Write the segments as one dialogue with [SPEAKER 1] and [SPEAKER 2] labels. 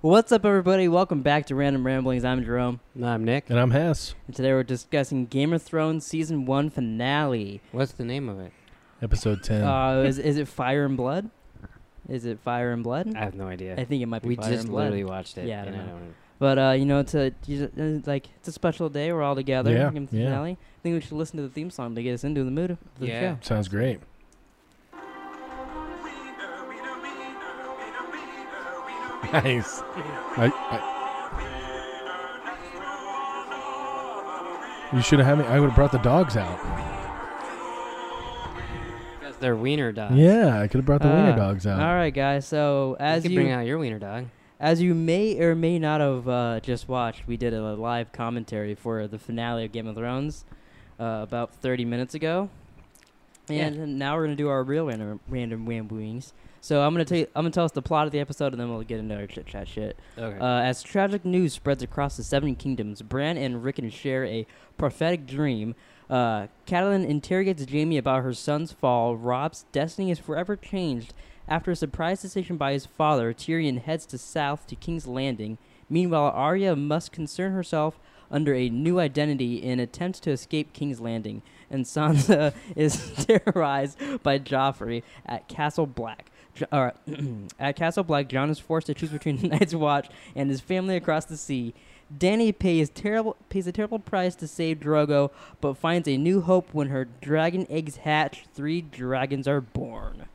[SPEAKER 1] What's up, everybody? Welcome back to Random Ramblings. I'm Jerome,
[SPEAKER 2] I'm Nick.
[SPEAKER 3] And I'm Hess.
[SPEAKER 1] and today we're discussing Game of Thrones season one finale.
[SPEAKER 2] What's the name of it?
[SPEAKER 3] Episode 10.
[SPEAKER 1] Uh, is is it Fire and Blood? Is it Fire and Blood?
[SPEAKER 2] I have no idea.
[SPEAKER 1] I think it might be
[SPEAKER 2] we
[SPEAKER 1] Fire
[SPEAKER 2] just
[SPEAKER 1] and Blood.
[SPEAKER 2] literally watched it.
[SPEAKER 1] Yeah, I don't
[SPEAKER 2] and
[SPEAKER 1] know.
[SPEAKER 2] don't
[SPEAKER 1] But uh, you know, it's a you just- uh, like it's a special day. We're all together.
[SPEAKER 3] Yeah,
[SPEAKER 1] Game of
[SPEAKER 3] yeah.
[SPEAKER 1] Finale. I think we should listen to the theme song to get us into the mood of the
[SPEAKER 2] Yeah.
[SPEAKER 1] show.
[SPEAKER 3] Sounds great. Nice. I, I, you should have had me. I would have brought the dogs out.
[SPEAKER 2] Because they're wiener dogs.
[SPEAKER 3] Yeah, I could have brought the
[SPEAKER 1] Ah,
[SPEAKER 3] wiener dogs out.
[SPEAKER 1] All right, guys. So as
[SPEAKER 2] As you, could
[SPEAKER 1] you
[SPEAKER 2] bring out your wiener dog.
[SPEAKER 1] As you may or may not have uh, just watched, we did a live commentary for the finale of Game of Thrones uh, about 30 minutes ago,
[SPEAKER 2] Yeah.
[SPEAKER 1] and now we're gonna do our real random random ramblings. So I'm gonna tell you, I'm gonna tell us the plot of the episode, and then we'll get into our chit chat shit.
[SPEAKER 2] Okay.
[SPEAKER 1] Uh, as tragic news spreads across the Seven Kingdoms, Bran and Rickon share a prophetic dream. Uh, Catelyn interrogates Jamie about her son's fall. Rob's destiny is forever changed. After a surprise decision by his father, Tyrion heads to south to King's Landing. Meanwhile, Arya must concern herself under a new identity in attempts to escape King's Landing, and Sansa is terrorized by Joffrey at Castle Black. Jo- or, at Castle Black, John is forced to choose between the Night's Watch and his family across the sea. Danny pays terrible pays a terrible price to save Drogo, but finds a new hope when her dragon eggs hatch. Three dragons are born,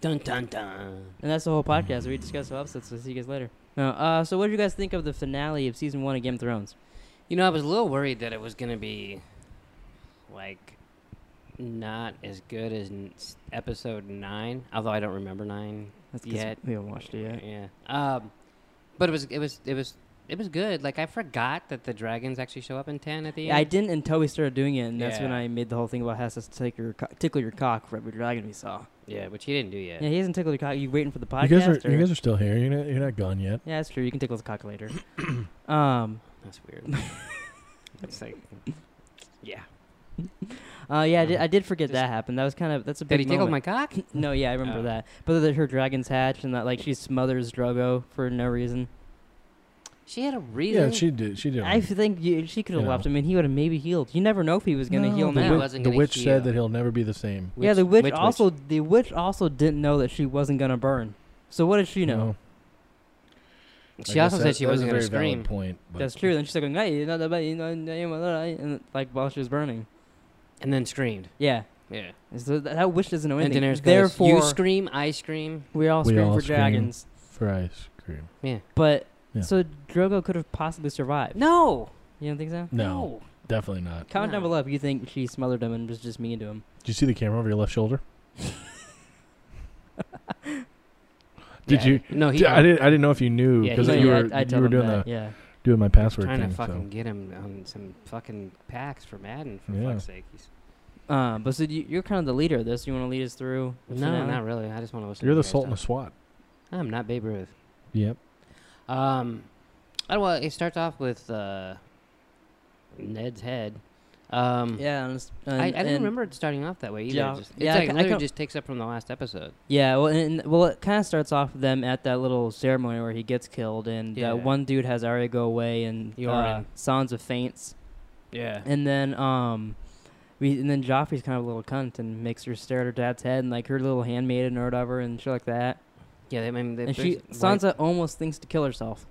[SPEAKER 2] dun dun dun.
[SPEAKER 1] and that's the whole podcast. We discuss the episodes. So see you guys later. No, uh, so what did you guys think of the finale of season one of Game of Thrones?
[SPEAKER 2] You know, I was a little worried that it was gonna be like not as good as n- s- episode nine. Although I don't remember nine
[SPEAKER 1] 'cause
[SPEAKER 2] yet.
[SPEAKER 1] we haven't watched it yet.
[SPEAKER 2] Yeah. Um, but it was it was it was it was good. Like I forgot that the dragons actually show up in ten at the end.
[SPEAKER 1] I didn't until we started doing it, and that's when
[SPEAKER 2] Yeah.
[SPEAKER 1] I made the whole thing about has to take your co- tickle your cock for every dragon we saw.
[SPEAKER 2] Yeah, which he didn't do yet.
[SPEAKER 1] Yeah, he hasn't tickled your cock. You waiting for the podcast?
[SPEAKER 3] you guys are
[SPEAKER 1] or-
[SPEAKER 3] you guys are still here. You're not you're not gone yet.
[SPEAKER 1] Yeah, that's true. You can tickle his cock later. um,
[SPEAKER 2] That's weird. it's like, yeah.
[SPEAKER 1] uh, yeah, I did, I did forget
[SPEAKER 2] Just-
[SPEAKER 1] that happened. That was kind of that's a big.
[SPEAKER 2] Did he tickle my
[SPEAKER 1] moment.
[SPEAKER 2] cock?
[SPEAKER 1] No, yeah, I remember
[SPEAKER 2] Oh.
[SPEAKER 1] that. But that her dragons hatch and that like she smothers Drogo for no reason.
[SPEAKER 2] She had a reason.
[SPEAKER 3] Yeah, she did. She did.
[SPEAKER 1] I think you, she could have
[SPEAKER 3] You
[SPEAKER 1] left
[SPEAKER 3] know.
[SPEAKER 1] him, and he would have maybe healed. You never know if he was gonna
[SPEAKER 3] No,
[SPEAKER 1] heal
[SPEAKER 3] the
[SPEAKER 2] man
[SPEAKER 1] now.
[SPEAKER 3] wi-
[SPEAKER 2] wasn't
[SPEAKER 3] the
[SPEAKER 2] gonna
[SPEAKER 3] witch
[SPEAKER 2] heal.
[SPEAKER 3] said that he'll never be the same.
[SPEAKER 1] yeah, the witch, also the witch also didn't know that she wasn't gonna burn. So what is she know?
[SPEAKER 3] No. I
[SPEAKER 2] She
[SPEAKER 3] guess
[SPEAKER 2] also
[SPEAKER 3] that-
[SPEAKER 2] said she
[SPEAKER 3] that was
[SPEAKER 2] wasn't
[SPEAKER 3] a
[SPEAKER 2] going to
[SPEAKER 3] very
[SPEAKER 2] scream.
[SPEAKER 3] valid Point, but-
[SPEAKER 1] That's true. Then she's like, "Hey, you know, the- you know, you know," and like while she was burning.
[SPEAKER 2] And then screamed.
[SPEAKER 1] Yeah.
[SPEAKER 2] Yeah.
[SPEAKER 1] So that, that witch doesn't know
[SPEAKER 2] And
[SPEAKER 1] anything.
[SPEAKER 2] Daenerys goes,
[SPEAKER 1] Therefore,
[SPEAKER 2] You scream, I scream.
[SPEAKER 1] we all
[SPEAKER 3] We
[SPEAKER 1] scream
[SPEAKER 3] all
[SPEAKER 1] for
[SPEAKER 3] scream.
[SPEAKER 1] dragons.
[SPEAKER 3] For ice cream.
[SPEAKER 2] Yeah.
[SPEAKER 1] But
[SPEAKER 3] Yeah.
[SPEAKER 1] so Drogo could have possibly survived.
[SPEAKER 2] No.
[SPEAKER 1] You don't think so?
[SPEAKER 3] No, definitely not.
[SPEAKER 1] Comment down
[SPEAKER 2] No.
[SPEAKER 1] below if you think she smothered him and was just mean to him.
[SPEAKER 3] Did you see the camera over your left shoulder? Did
[SPEAKER 2] Yeah.
[SPEAKER 3] you?
[SPEAKER 2] No, he.
[SPEAKER 3] D- I didn't. I didn't know if you knew
[SPEAKER 2] Yeah,
[SPEAKER 3] because
[SPEAKER 2] he-
[SPEAKER 3] you
[SPEAKER 1] yeah,
[SPEAKER 3] were
[SPEAKER 1] I, I
[SPEAKER 3] you
[SPEAKER 1] told
[SPEAKER 3] were
[SPEAKER 1] him
[SPEAKER 3] doing
[SPEAKER 1] that,
[SPEAKER 3] the
[SPEAKER 1] yeah.
[SPEAKER 3] doing my password
[SPEAKER 2] Trying to
[SPEAKER 3] thing.
[SPEAKER 2] fucking
[SPEAKER 3] So
[SPEAKER 2] get him on some fucking packs for Madden, for
[SPEAKER 3] Yeah.
[SPEAKER 2] fuck's sake. He's,
[SPEAKER 1] Uh, but so you, you're kind of the leader of this. You want to lead us through? the
[SPEAKER 2] no,
[SPEAKER 1] finale?
[SPEAKER 2] not really. I just want to listen
[SPEAKER 3] you're
[SPEAKER 2] to
[SPEAKER 3] the
[SPEAKER 2] you guys
[SPEAKER 3] Sultan
[SPEAKER 2] talk.
[SPEAKER 3] of SWAT.
[SPEAKER 2] I'm not Babe Ruth.
[SPEAKER 3] Yep.
[SPEAKER 2] Um, oh, well, it starts off with uh, Ned's head. Um,
[SPEAKER 1] Yeah, and, it's- and,
[SPEAKER 2] I, I didn't
[SPEAKER 1] and-
[SPEAKER 2] remember it starting off that way either.
[SPEAKER 1] Yeah.
[SPEAKER 2] Just, it's
[SPEAKER 1] Yeah, I
[SPEAKER 2] like
[SPEAKER 1] ca- I
[SPEAKER 2] literally
[SPEAKER 1] ca-
[SPEAKER 2] just takes up from the last episode.
[SPEAKER 1] Yeah, well, and, and- well, it kind of starts off with them at that little ceremony where he gets killed, and
[SPEAKER 2] Yeah.
[SPEAKER 1] uh, one dude has Arya go away, and uh,
[SPEAKER 2] Yoren.
[SPEAKER 1] Sansa faints,
[SPEAKER 2] Yeah.
[SPEAKER 1] and then um, we and then Joffrey's kind of a little cunt and makes her stare at her dad's head and like her little handmaiden or whatever and shit like that.
[SPEAKER 2] Yeah, they, I mean, they,
[SPEAKER 1] and she
[SPEAKER 2] there's- why-
[SPEAKER 1] Sansa almost thinks to kill herself.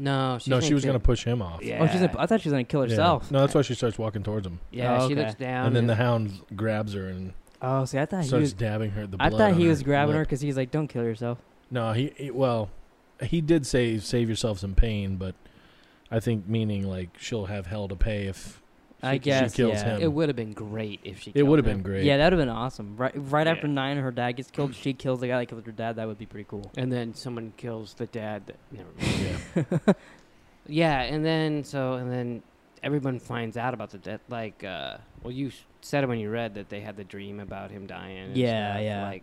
[SPEAKER 2] No, she's
[SPEAKER 3] no, she was
[SPEAKER 2] gonna
[SPEAKER 3] gonna push him off.
[SPEAKER 2] Yeah.
[SPEAKER 1] Oh, she's gonna, I thought she was gonna kill
[SPEAKER 3] Yeah.
[SPEAKER 1] herself.
[SPEAKER 3] No, that's why she starts walking towards him,
[SPEAKER 2] Yeah,
[SPEAKER 1] Oh,
[SPEAKER 2] she
[SPEAKER 1] okay.
[SPEAKER 2] looks down.
[SPEAKER 3] and then the hound grabs her and
[SPEAKER 1] Oh, see, I thought he
[SPEAKER 3] starts
[SPEAKER 1] was.
[SPEAKER 3] dabbing her. The
[SPEAKER 1] I
[SPEAKER 3] blood
[SPEAKER 1] thought
[SPEAKER 3] on
[SPEAKER 1] he was grabbing her
[SPEAKER 3] lip.
[SPEAKER 1] because he's like, "Don't kill yourself."
[SPEAKER 3] No, he, he well, he did say save yourself some pain, but I think meaning like she'll have hell to pay if
[SPEAKER 1] I
[SPEAKER 3] she
[SPEAKER 1] guess.
[SPEAKER 3] kills
[SPEAKER 1] yeah.
[SPEAKER 3] him.
[SPEAKER 2] it would have been great if she.
[SPEAKER 3] it
[SPEAKER 2] killed
[SPEAKER 3] would have
[SPEAKER 2] him.
[SPEAKER 3] been great.
[SPEAKER 1] Yeah, that would have been awesome. Right, right
[SPEAKER 2] Yeah.
[SPEAKER 1] after nine, her dad gets killed. She kills the guy that killed her dad. That would be pretty cool.
[SPEAKER 2] And then someone kills the dad. That, never mind.
[SPEAKER 3] Yeah.
[SPEAKER 2] yeah, and then so and then everyone finds out about the death. Like, uh, well, you s- said it when you read that they had the dream about him dying. And
[SPEAKER 1] Yeah,
[SPEAKER 2] stuff,
[SPEAKER 1] yeah.
[SPEAKER 2] Like,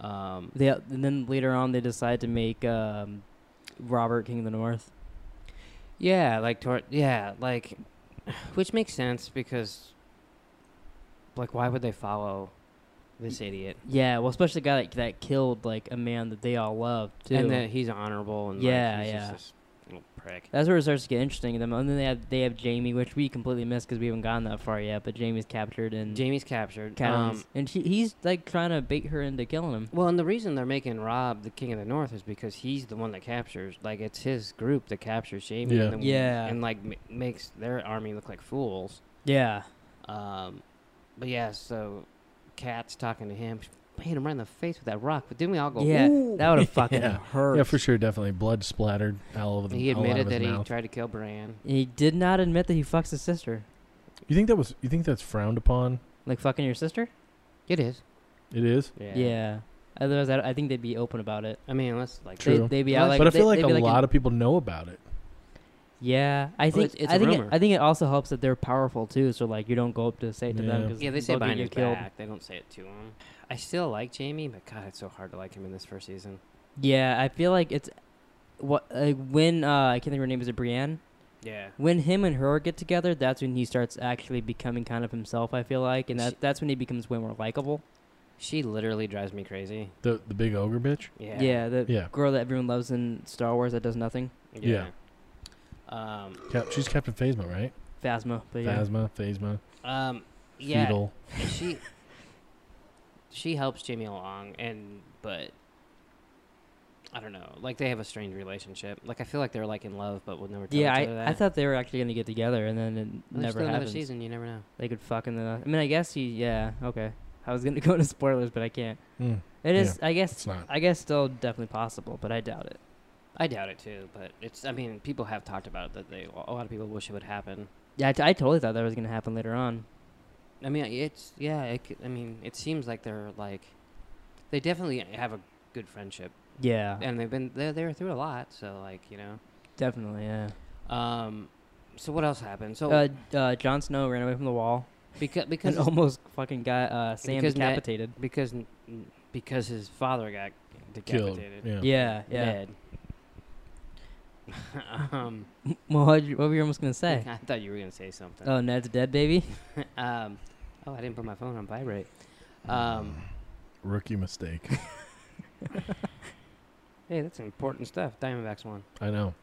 [SPEAKER 2] um,
[SPEAKER 1] They and then later on they decide to make um, Robert King of the North.
[SPEAKER 2] yeah, like toward, yeah, like, which makes sense because, like, why would they follow this idiot?
[SPEAKER 1] Yeah, well, especially the guy that, that killed like a man that they all loved too.
[SPEAKER 2] And that he's honorable and
[SPEAKER 1] Yeah,
[SPEAKER 2] like, he's
[SPEAKER 1] yeah.
[SPEAKER 2] Just this Little prick.
[SPEAKER 1] That's where it starts to get interesting. And then, and then they have they have Jamie, which we completely missed because we haven't gone that far yet. But Jamie's captured and
[SPEAKER 2] Jamie's captured.
[SPEAKER 1] Catelyn's-
[SPEAKER 2] Um,
[SPEAKER 1] and she, he's like trying to bait her into killing him.
[SPEAKER 2] well, and the reason they're making Rob the king of the north is because he's the one that captures. Like it's his group that captures Jamie.
[SPEAKER 3] Yeah.
[SPEAKER 2] And then-
[SPEAKER 1] Yeah.
[SPEAKER 2] And like m- makes their army look like fools.
[SPEAKER 1] Yeah,
[SPEAKER 2] Um, but yeah, so Cat's talking to him. She hit him right in the face with that rock. But didn't we all go?
[SPEAKER 1] yeah,
[SPEAKER 2] "Ooh."
[SPEAKER 1] that would have fucking
[SPEAKER 3] Yeah.
[SPEAKER 1] hurt.
[SPEAKER 3] Yeah, for sure, definitely blood splattered all over the.
[SPEAKER 2] He
[SPEAKER 3] all out
[SPEAKER 2] admitted
[SPEAKER 3] of his
[SPEAKER 2] that he
[SPEAKER 3] mouth.
[SPEAKER 2] tried to kill Bran.
[SPEAKER 1] He did not admit that he fucks his sister.
[SPEAKER 3] You think that was? You think that's frowned upon?
[SPEAKER 1] Like fucking your sister?
[SPEAKER 2] It is.
[SPEAKER 3] It is.
[SPEAKER 2] Yeah.
[SPEAKER 1] Yeah. Otherwise, I, I think they'd be open about it.
[SPEAKER 2] I mean, let's like
[SPEAKER 3] True.
[SPEAKER 1] They, they'd be out like.
[SPEAKER 3] but I feel
[SPEAKER 1] they,
[SPEAKER 3] like a lot of people know about it.
[SPEAKER 1] Yeah, I
[SPEAKER 2] Well,
[SPEAKER 1] think
[SPEAKER 2] it's- it's
[SPEAKER 1] I
[SPEAKER 2] a
[SPEAKER 1] think it,
[SPEAKER 2] rumor.
[SPEAKER 1] I think it also helps that they're powerful too. So like, you don't go up to say it to them
[SPEAKER 3] Yeah.
[SPEAKER 1] because
[SPEAKER 2] Yeah, they say behind
[SPEAKER 1] you
[SPEAKER 2] his
[SPEAKER 1] killed.
[SPEAKER 2] back. They don't say it to him. I still like Jamie, but God, it's so hard to like him in this first season.
[SPEAKER 1] Yeah, I feel like it's what like when uh, I can't think of her name is it Brienne.
[SPEAKER 2] Yeah.
[SPEAKER 1] When him and her get together, that's when he starts actually becoming kind of himself. I feel like, and
[SPEAKER 2] She-
[SPEAKER 1] that, that's when he becomes way more likable.
[SPEAKER 2] She literally drives me crazy.
[SPEAKER 3] The the big ogre bitch.
[SPEAKER 2] Yeah.
[SPEAKER 1] Yeah. the
[SPEAKER 3] Yeah.
[SPEAKER 1] girl that everyone loves in Star Wars that does nothing,
[SPEAKER 2] Yeah. Um.
[SPEAKER 3] Cap- she's Captain Phasma, right?
[SPEAKER 1] Phasma. But yeah,
[SPEAKER 3] Phasma, Phasma,
[SPEAKER 2] Um. Yeah.
[SPEAKER 3] Fetal.
[SPEAKER 2] She. She helps Jamie along, and but. I don't know. Like they have a strange relationship. Like I feel like they're like in love, but would never tell
[SPEAKER 1] yeah.
[SPEAKER 2] each other that.
[SPEAKER 1] I, I thought they were actually gonna get together, and then it
[SPEAKER 2] Well, there's
[SPEAKER 1] never
[SPEAKER 2] still another
[SPEAKER 1] happens.
[SPEAKER 2] season. You never know.
[SPEAKER 1] They could fuck in the. I mean, I guess he. Yeah. Okay. I was gonna go into spoilers, but I can't.
[SPEAKER 3] Mm,
[SPEAKER 1] It is. I
[SPEAKER 3] it's
[SPEAKER 1] guess.
[SPEAKER 3] not.
[SPEAKER 1] I guess still definitely possible, but I doubt it.
[SPEAKER 2] I doubt it too, but it's. I mean, people have talked about it that they. A lot of people wish it would happen.
[SPEAKER 1] Yeah, I, t- I totally thought that was gonna happen later on.
[SPEAKER 2] I mean, it's yeah. It, c- I mean, it seems like they're like, they definitely have a good friendship,
[SPEAKER 1] Yeah.
[SPEAKER 2] and they've been they're they're through a lot. So like you know,
[SPEAKER 1] Definitely. Yeah.
[SPEAKER 2] um, so what else happened? So
[SPEAKER 1] uh, uh, Jon Snow ran away from the wall
[SPEAKER 2] because because
[SPEAKER 1] and almost fucking got uh, Sam
[SPEAKER 2] because Ned-
[SPEAKER 1] decapitated.
[SPEAKER 2] because n- because his father got
[SPEAKER 3] Killed.
[SPEAKER 2] decapitated.
[SPEAKER 3] Yeah.
[SPEAKER 1] Yeah, yeah.
[SPEAKER 2] Ned. um,
[SPEAKER 1] Well, how'd you- what were you almost gonna say?
[SPEAKER 2] I thought you were gonna say something.
[SPEAKER 1] Oh, Ned's dead, baby.
[SPEAKER 2] um, oh, I didn't put my phone on vibrate. Um,
[SPEAKER 3] Rookie mistake.
[SPEAKER 2] hey, that's important stuff. Diamondbacks won.
[SPEAKER 3] I know.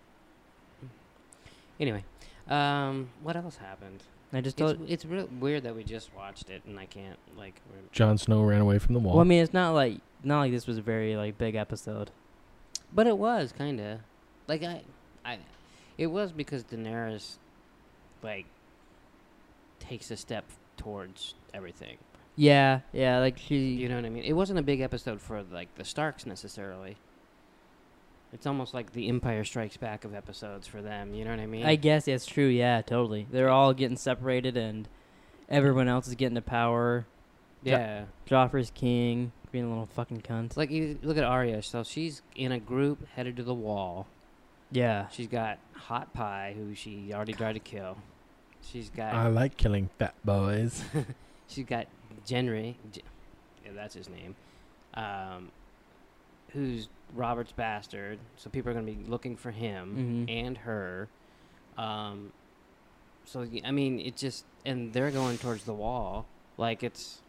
[SPEAKER 2] Anyway, um, what else happened?
[SPEAKER 1] I just
[SPEAKER 2] It's,
[SPEAKER 1] told.
[SPEAKER 2] it's real weird that we just watched it and I can't like. Rem-
[SPEAKER 3] Jon Snow ran away from the wall.
[SPEAKER 1] Well, I mean, it's not like not like this was a very like big episode.
[SPEAKER 2] but it was kind of like I, I, it was because Daenerys, like, takes a step towards everything.
[SPEAKER 1] Yeah, yeah. Like she.
[SPEAKER 2] You know what I mean? It wasn't a big episode for like the Starks necessarily. It's almost like the Empire Strikes Back of episodes for them. You know what I mean?
[SPEAKER 1] I guess that's true. Yeah, totally. They're all getting separated, and everyone else is getting to power.
[SPEAKER 2] yeah.
[SPEAKER 1] Joffrey's king, being a little fucking cunt.
[SPEAKER 2] It's like you look at Arya. So she's in a group headed to the wall.
[SPEAKER 1] yeah,
[SPEAKER 2] She's got Hot Pie, who she already tried to kill. She's got
[SPEAKER 3] I like killing fat boys.
[SPEAKER 2] she's got Jenry, J- yeah, that's his name, um, who's Robert's bastard. So people are going to be looking for him
[SPEAKER 1] Mhm.
[SPEAKER 2] and her. Um, so y- I mean, it just and they're going towards the wall. Like it's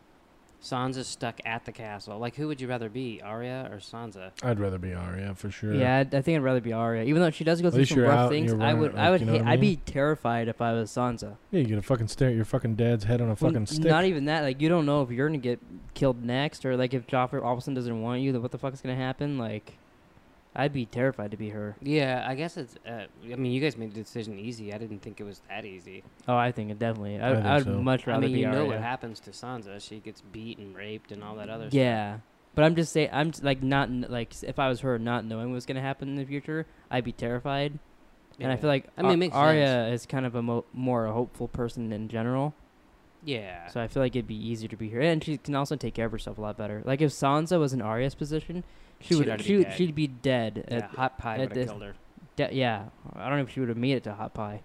[SPEAKER 2] Sansa's stuck at the castle. Like who would you rather be, Arya or Sansa?
[SPEAKER 3] I'd rather be Arya for sure.
[SPEAKER 1] yeah. I'd- I think I'd rather be Arya, even though she does go
[SPEAKER 3] At
[SPEAKER 1] through
[SPEAKER 3] least
[SPEAKER 1] some
[SPEAKER 3] you're out
[SPEAKER 1] rough
[SPEAKER 3] and
[SPEAKER 1] things.
[SPEAKER 3] you're
[SPEAKER 1] I
[SPEAKER 3] running
[SPEAKER 1] would,
[SPEAKER 3] around,
[SPEAKER 1] I would,
[SPEAKER 3] you know
[SPEAKER 1] hate,
[SPEAKER 3] what I
[SPEAKER 1] I'd be
[SPEAKER 3] mean?
[SPEAKER 1] terrified if I was Sansa.
[SPEAKER 3] Yeah, you gonna fucking stare at your fucking dad's head on a
[SPEAKER 1] Well,
[SPEAKER 3] fucking stick.
[SPEAKER 1] Not even that. Like you don't know if you're gonna get killed next, or like if Joffrey all of a sudden doesn't want you, then what the fuck is gonna happen? Like, I'd be terrified to be her.
[SPEAKER 2] Yeah, I guess it's. Uh, I mean, you guys made the decision easy. I didn't think it was that easy.
[SPEAKER 1] Oh, I think it definitely.
[SPEAKER 3] I
[SPEAKER 1] I,
[SPEAKER 3] think
[SPEAKER 1] I, would
[SPEAKER 3] so.
[SPEAKER 1] much
[SPEAKER 2] I
[SPEAKER 1] rather
[SPEAKER 2] mean,
[SPEAKER 1] be
[SPEAKER 2] you know
[SPEAKER 1] Arya.
[SPEAKER 2] what happens to Sansa. She gets beat and raped and all that other stuff.
[SPEAKER 1] Yeah, but I'm just saying, I'm just, like not kn- like s- if I was her, not knowing what's gonna happen in the future, I'd be terrified. And I feel like
[SPEAKER 2] I mean, it
[SPEAKER 1] Ar-
[SPEAKER 2] makes
[SPEAKER 1] Arya is kind of a mo- more a hopeful person in general,
[SPEAKER 2] Yeah.
[SPEAKER 1] so I feel like it'd be easier to be her, and she can also take care of herself a lot better. Like if Sansa was in Arya's position, she
[SPEAKER 2] She'd
[SPEAKER 1] would
[SPEAKER 2] already be
[SPEAKER 1] she would,
[SPEAKER 2] dead.
[SPEAKER 1] she'd be dead.
[SPEAKER 2] yeah,
[SPEAKER 1] At,
[SPEAKER 2] hot pie
[SPEAKER 1] at
[SPEAKER 2] would have
[SPEAKER 1] this-
[SPEAKER 2] killed her.
[SPEAKER 1] de- yeah, I don't know if she would have made it to Hot Pie.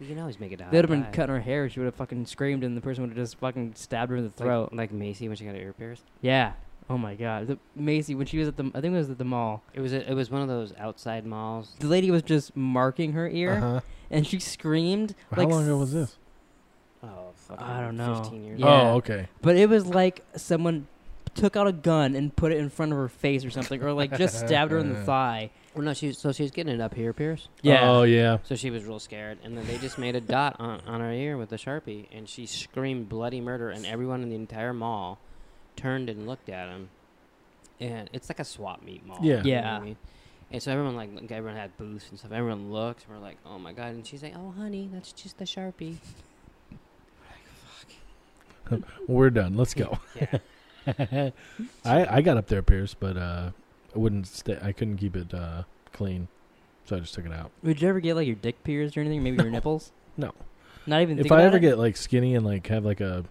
[SPEAKER 2] You can always make it out.
[SPEAKER 1] They'd have been cutting her hair. She would have fucking screamed, and the person would have just fucking stabbed her in the throat.
[SPEAKER 2] Like, like Macy when she got her ear pierced.
[SPEAKER 1] yeah. Oh my god, the, Macy when she was at the I think it was at the mall.
[SPEAKER 2] It was a, it was one of those outside malls.
[SPEAKER 1] the lady was just marking her ear
[SPEAKER 3] Uh-huh.
[SPEAKER 1] and she screamed
[SPEAKER 3] How
[SPEAKER 1] like
[SPEAKER 3] long ago was this?
[SPEAKER 2] Oh, fucking
[SPEAKER 1] I don't know.
[SPEAKER 2] Fifteen years.
[SPEAKER 1] Yeah.
[SPEAKER 3] Oh, okay.
[SPEAKER 1] but it was like someone took out a gun and put it in front of her face or something, or like just stabbed her in the thigh.
[SPEAKER 2] Well, no, she was, so she was getting it up here, Pierce.
[SPEAKER 1] Yeah.
[SPEAKER 3] Oh yeah.
[SPEAKER 2] So she was real scared, and then they just made a dot on, on her ear with a sharpie, and she screamed bloody murder, and everyone in the entire mall turned and looked at him, and it's like a swap meet mall.
[SPEAKER 3] Yeah.
[SPEAKER 2] you know what
[SPEAKER 1] Yeah.
[SPEAKER 2] I mean? And so everyone like like, everyone had booths and stuff. Everyone looked. and We're like, oh my god! And she's like, oh honey, that's just the sharpie.
[SPEAKER 3] We're done. Let's go.
[SPEAKER 2] Yeah.
[SPEAKER 3] I I got up there, Pierce, but uh, I wouldn't stay. I couldn't keep it uh, clean, so I just took it out.
[SPEAKER 1] Would you ever get like your dick pierced or anything? Maybe your nipples?
[SPEAKER 3] No.
[SPEAKER 1] Not even.
[SPEAKER 3] if
[SPEAKER 1] think
[SPEAKER 3] I
[SPEAKER 1] about
[SPEAKER 3] ever
[SPEAKER 1] it?
[SPEAKER 3] get like skinny and like have like a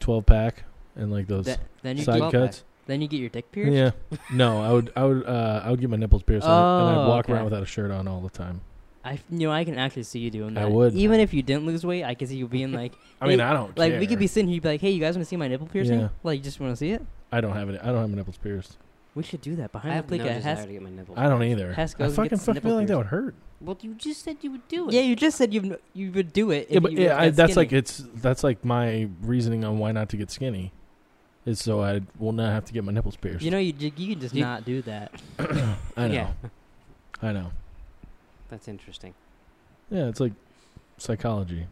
[SPEAKER 3] twelve pack and like those
[SPEAKER 1] Th- then you
[SPEAKER 3] side
[SPEAKER 1] get,
[SPEAKER 3] cuts,
[SPEAKER 1] then you get your dick pierced.
[SPEAKER 3] yeah, no, I would I would uh, I would get my nipples pierced and I- and I'd
[SPEAKER 1] Oh,
[SPEAKER 3] walk
[SPEAKER 1] okay.
[SPEAKER 3] around without a shirt on all the time.
[SPEAKER 1] I f- you know I can actually see you doing
[SPEAKER 3] I
[SPEAKER 1] that.
[SPEAKER 3] would.
[SPEAKER 1] Even if you didn't lose weight, I could see you being like,
[SPEAKER 3] I mean,
[SPEAKER 1] Hey,
[SPEAKER 3] I don't
[SPEAKER 1] like
[SPEAKER 3] care.
[SPEAKER 1] we could be sitting here, you'd be like, hey, you guys want to see my nipple piercing?
[SPEAKER 3] Yeah.
[SPEAKER 1] Like, you just want to see it?
[SPEAKER 3] I don't have it. I don't have my nipples pierced.
[SPEAKER 1] We should do that
[SPEAKER 2] I
[SPEAKER 1] behind
[SPEAKER 2] have
[SPEAKER 1] the
[SPEAKER 2] no
[SPEAKER 1] click. at
[SPEAKER 2] desire
[SPEAKER 1] Has-
[SPEAKER 2] to get my nipples.
[SPEAKER 3] I don't either.
[SPEAKER 1] Has to go
[SPEAKER 3] I
[SPEAKER 1] and get
[SPEAKER 3] fucking
[SPEAKER 1] some
[SPEAKER 3] fucking
[SPEAKER 1] nipple
[SPEAKER 3] feel like that
[SPEAKER 1] pierced.
[SPEAKER 3] would hurt.
[SPEAKER 2] Well, you just said you would do it.
[SPEAKER 1] yeah, you just said you you would do it. If
[SPEAKER 3] Yeah, but
[SPEAKER 1] you
[SPEAKER 3] yeah, I,
[SPEAKER 1] got
[SPEAKER 3] that's like
[SPEAKER 1] skinny.
[SPEAKER 3] it's that's like my reasoning on why not to get skinny, is so I will not have to get my nipples pierced.
[SPEAKER 1] You know, you ju- you can just
[SPEAKER 2] You-
[SPEAKER 1] not do that.
[SPEAKER 3] I know,
[SPEAKER 2] Yeah.
[SPEAKER 3] I know.
[SPEAKER 2] That's interesting.
[SPEAKER 3] Yeah, it's like psychology.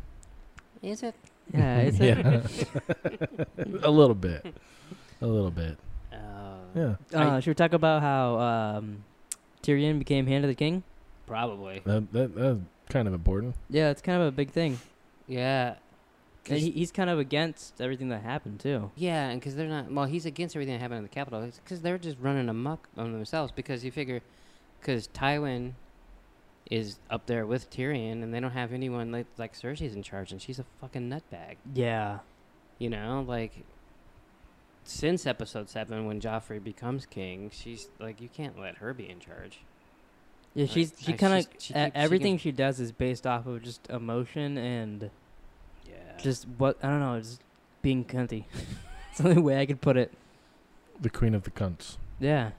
[SPEAKER 2] Is it?
[SPEAKER 1] Yeah, it's a-
[SPEAKER 3] yeah, a little bit, a little bit.
[SPEAKER 2] Uh,
[SPEAKER 3] Yeah,
[SPEAKER 1] Uh, should we talk about how um, Tyrion became Hand of the King?
[SPEAKER 2] Probably.
[SPEAKER 3] that, that that's kind of important.
[SPEAKER 1] Yeah, it's kind of a big thing.
[SPEAKER 2] Yeah.
[SPEAKER 1] And
[SPEAKER 2] 'Cause-
[SPEAKER 1] he, he's kind of against everything that happened too.
[SPEAKER 2] Yeah, and because they're not. Well, he's against everything that happened in the Capitol because they're just running amok on themselves. Because you figure, because Tywin is up there with Tyrion, and they don't have anyone like like Cersei's in charge, and she's a fucking nutbag.
[SPEAKER 1] Yeah.
[SPEAKER 2] You know, like since episode seven, when Joffrey becomes king, she's like, you can't let her be in charge.
[SPEAKER 1] Yeah,
[SPEAKER 2] Like,
[SPEAKER 1] she's she
[SPEAKER 2] I-
[SPEAKER 1] kind
[SPEAKER 2] she's-
[SPEAKER 1] of
[SPEAKER 2] she keeps- she can-
[SPEAKER 1] everything she does is based off of just emotion and
[SPEAKER 2] Yeah.
[SPEAKER 1] just what I don't know, just being cunty. It's the only way I could put it.
[SPEAKER 3] The queen of the cunts.
[SPEAKER 1] Yeah.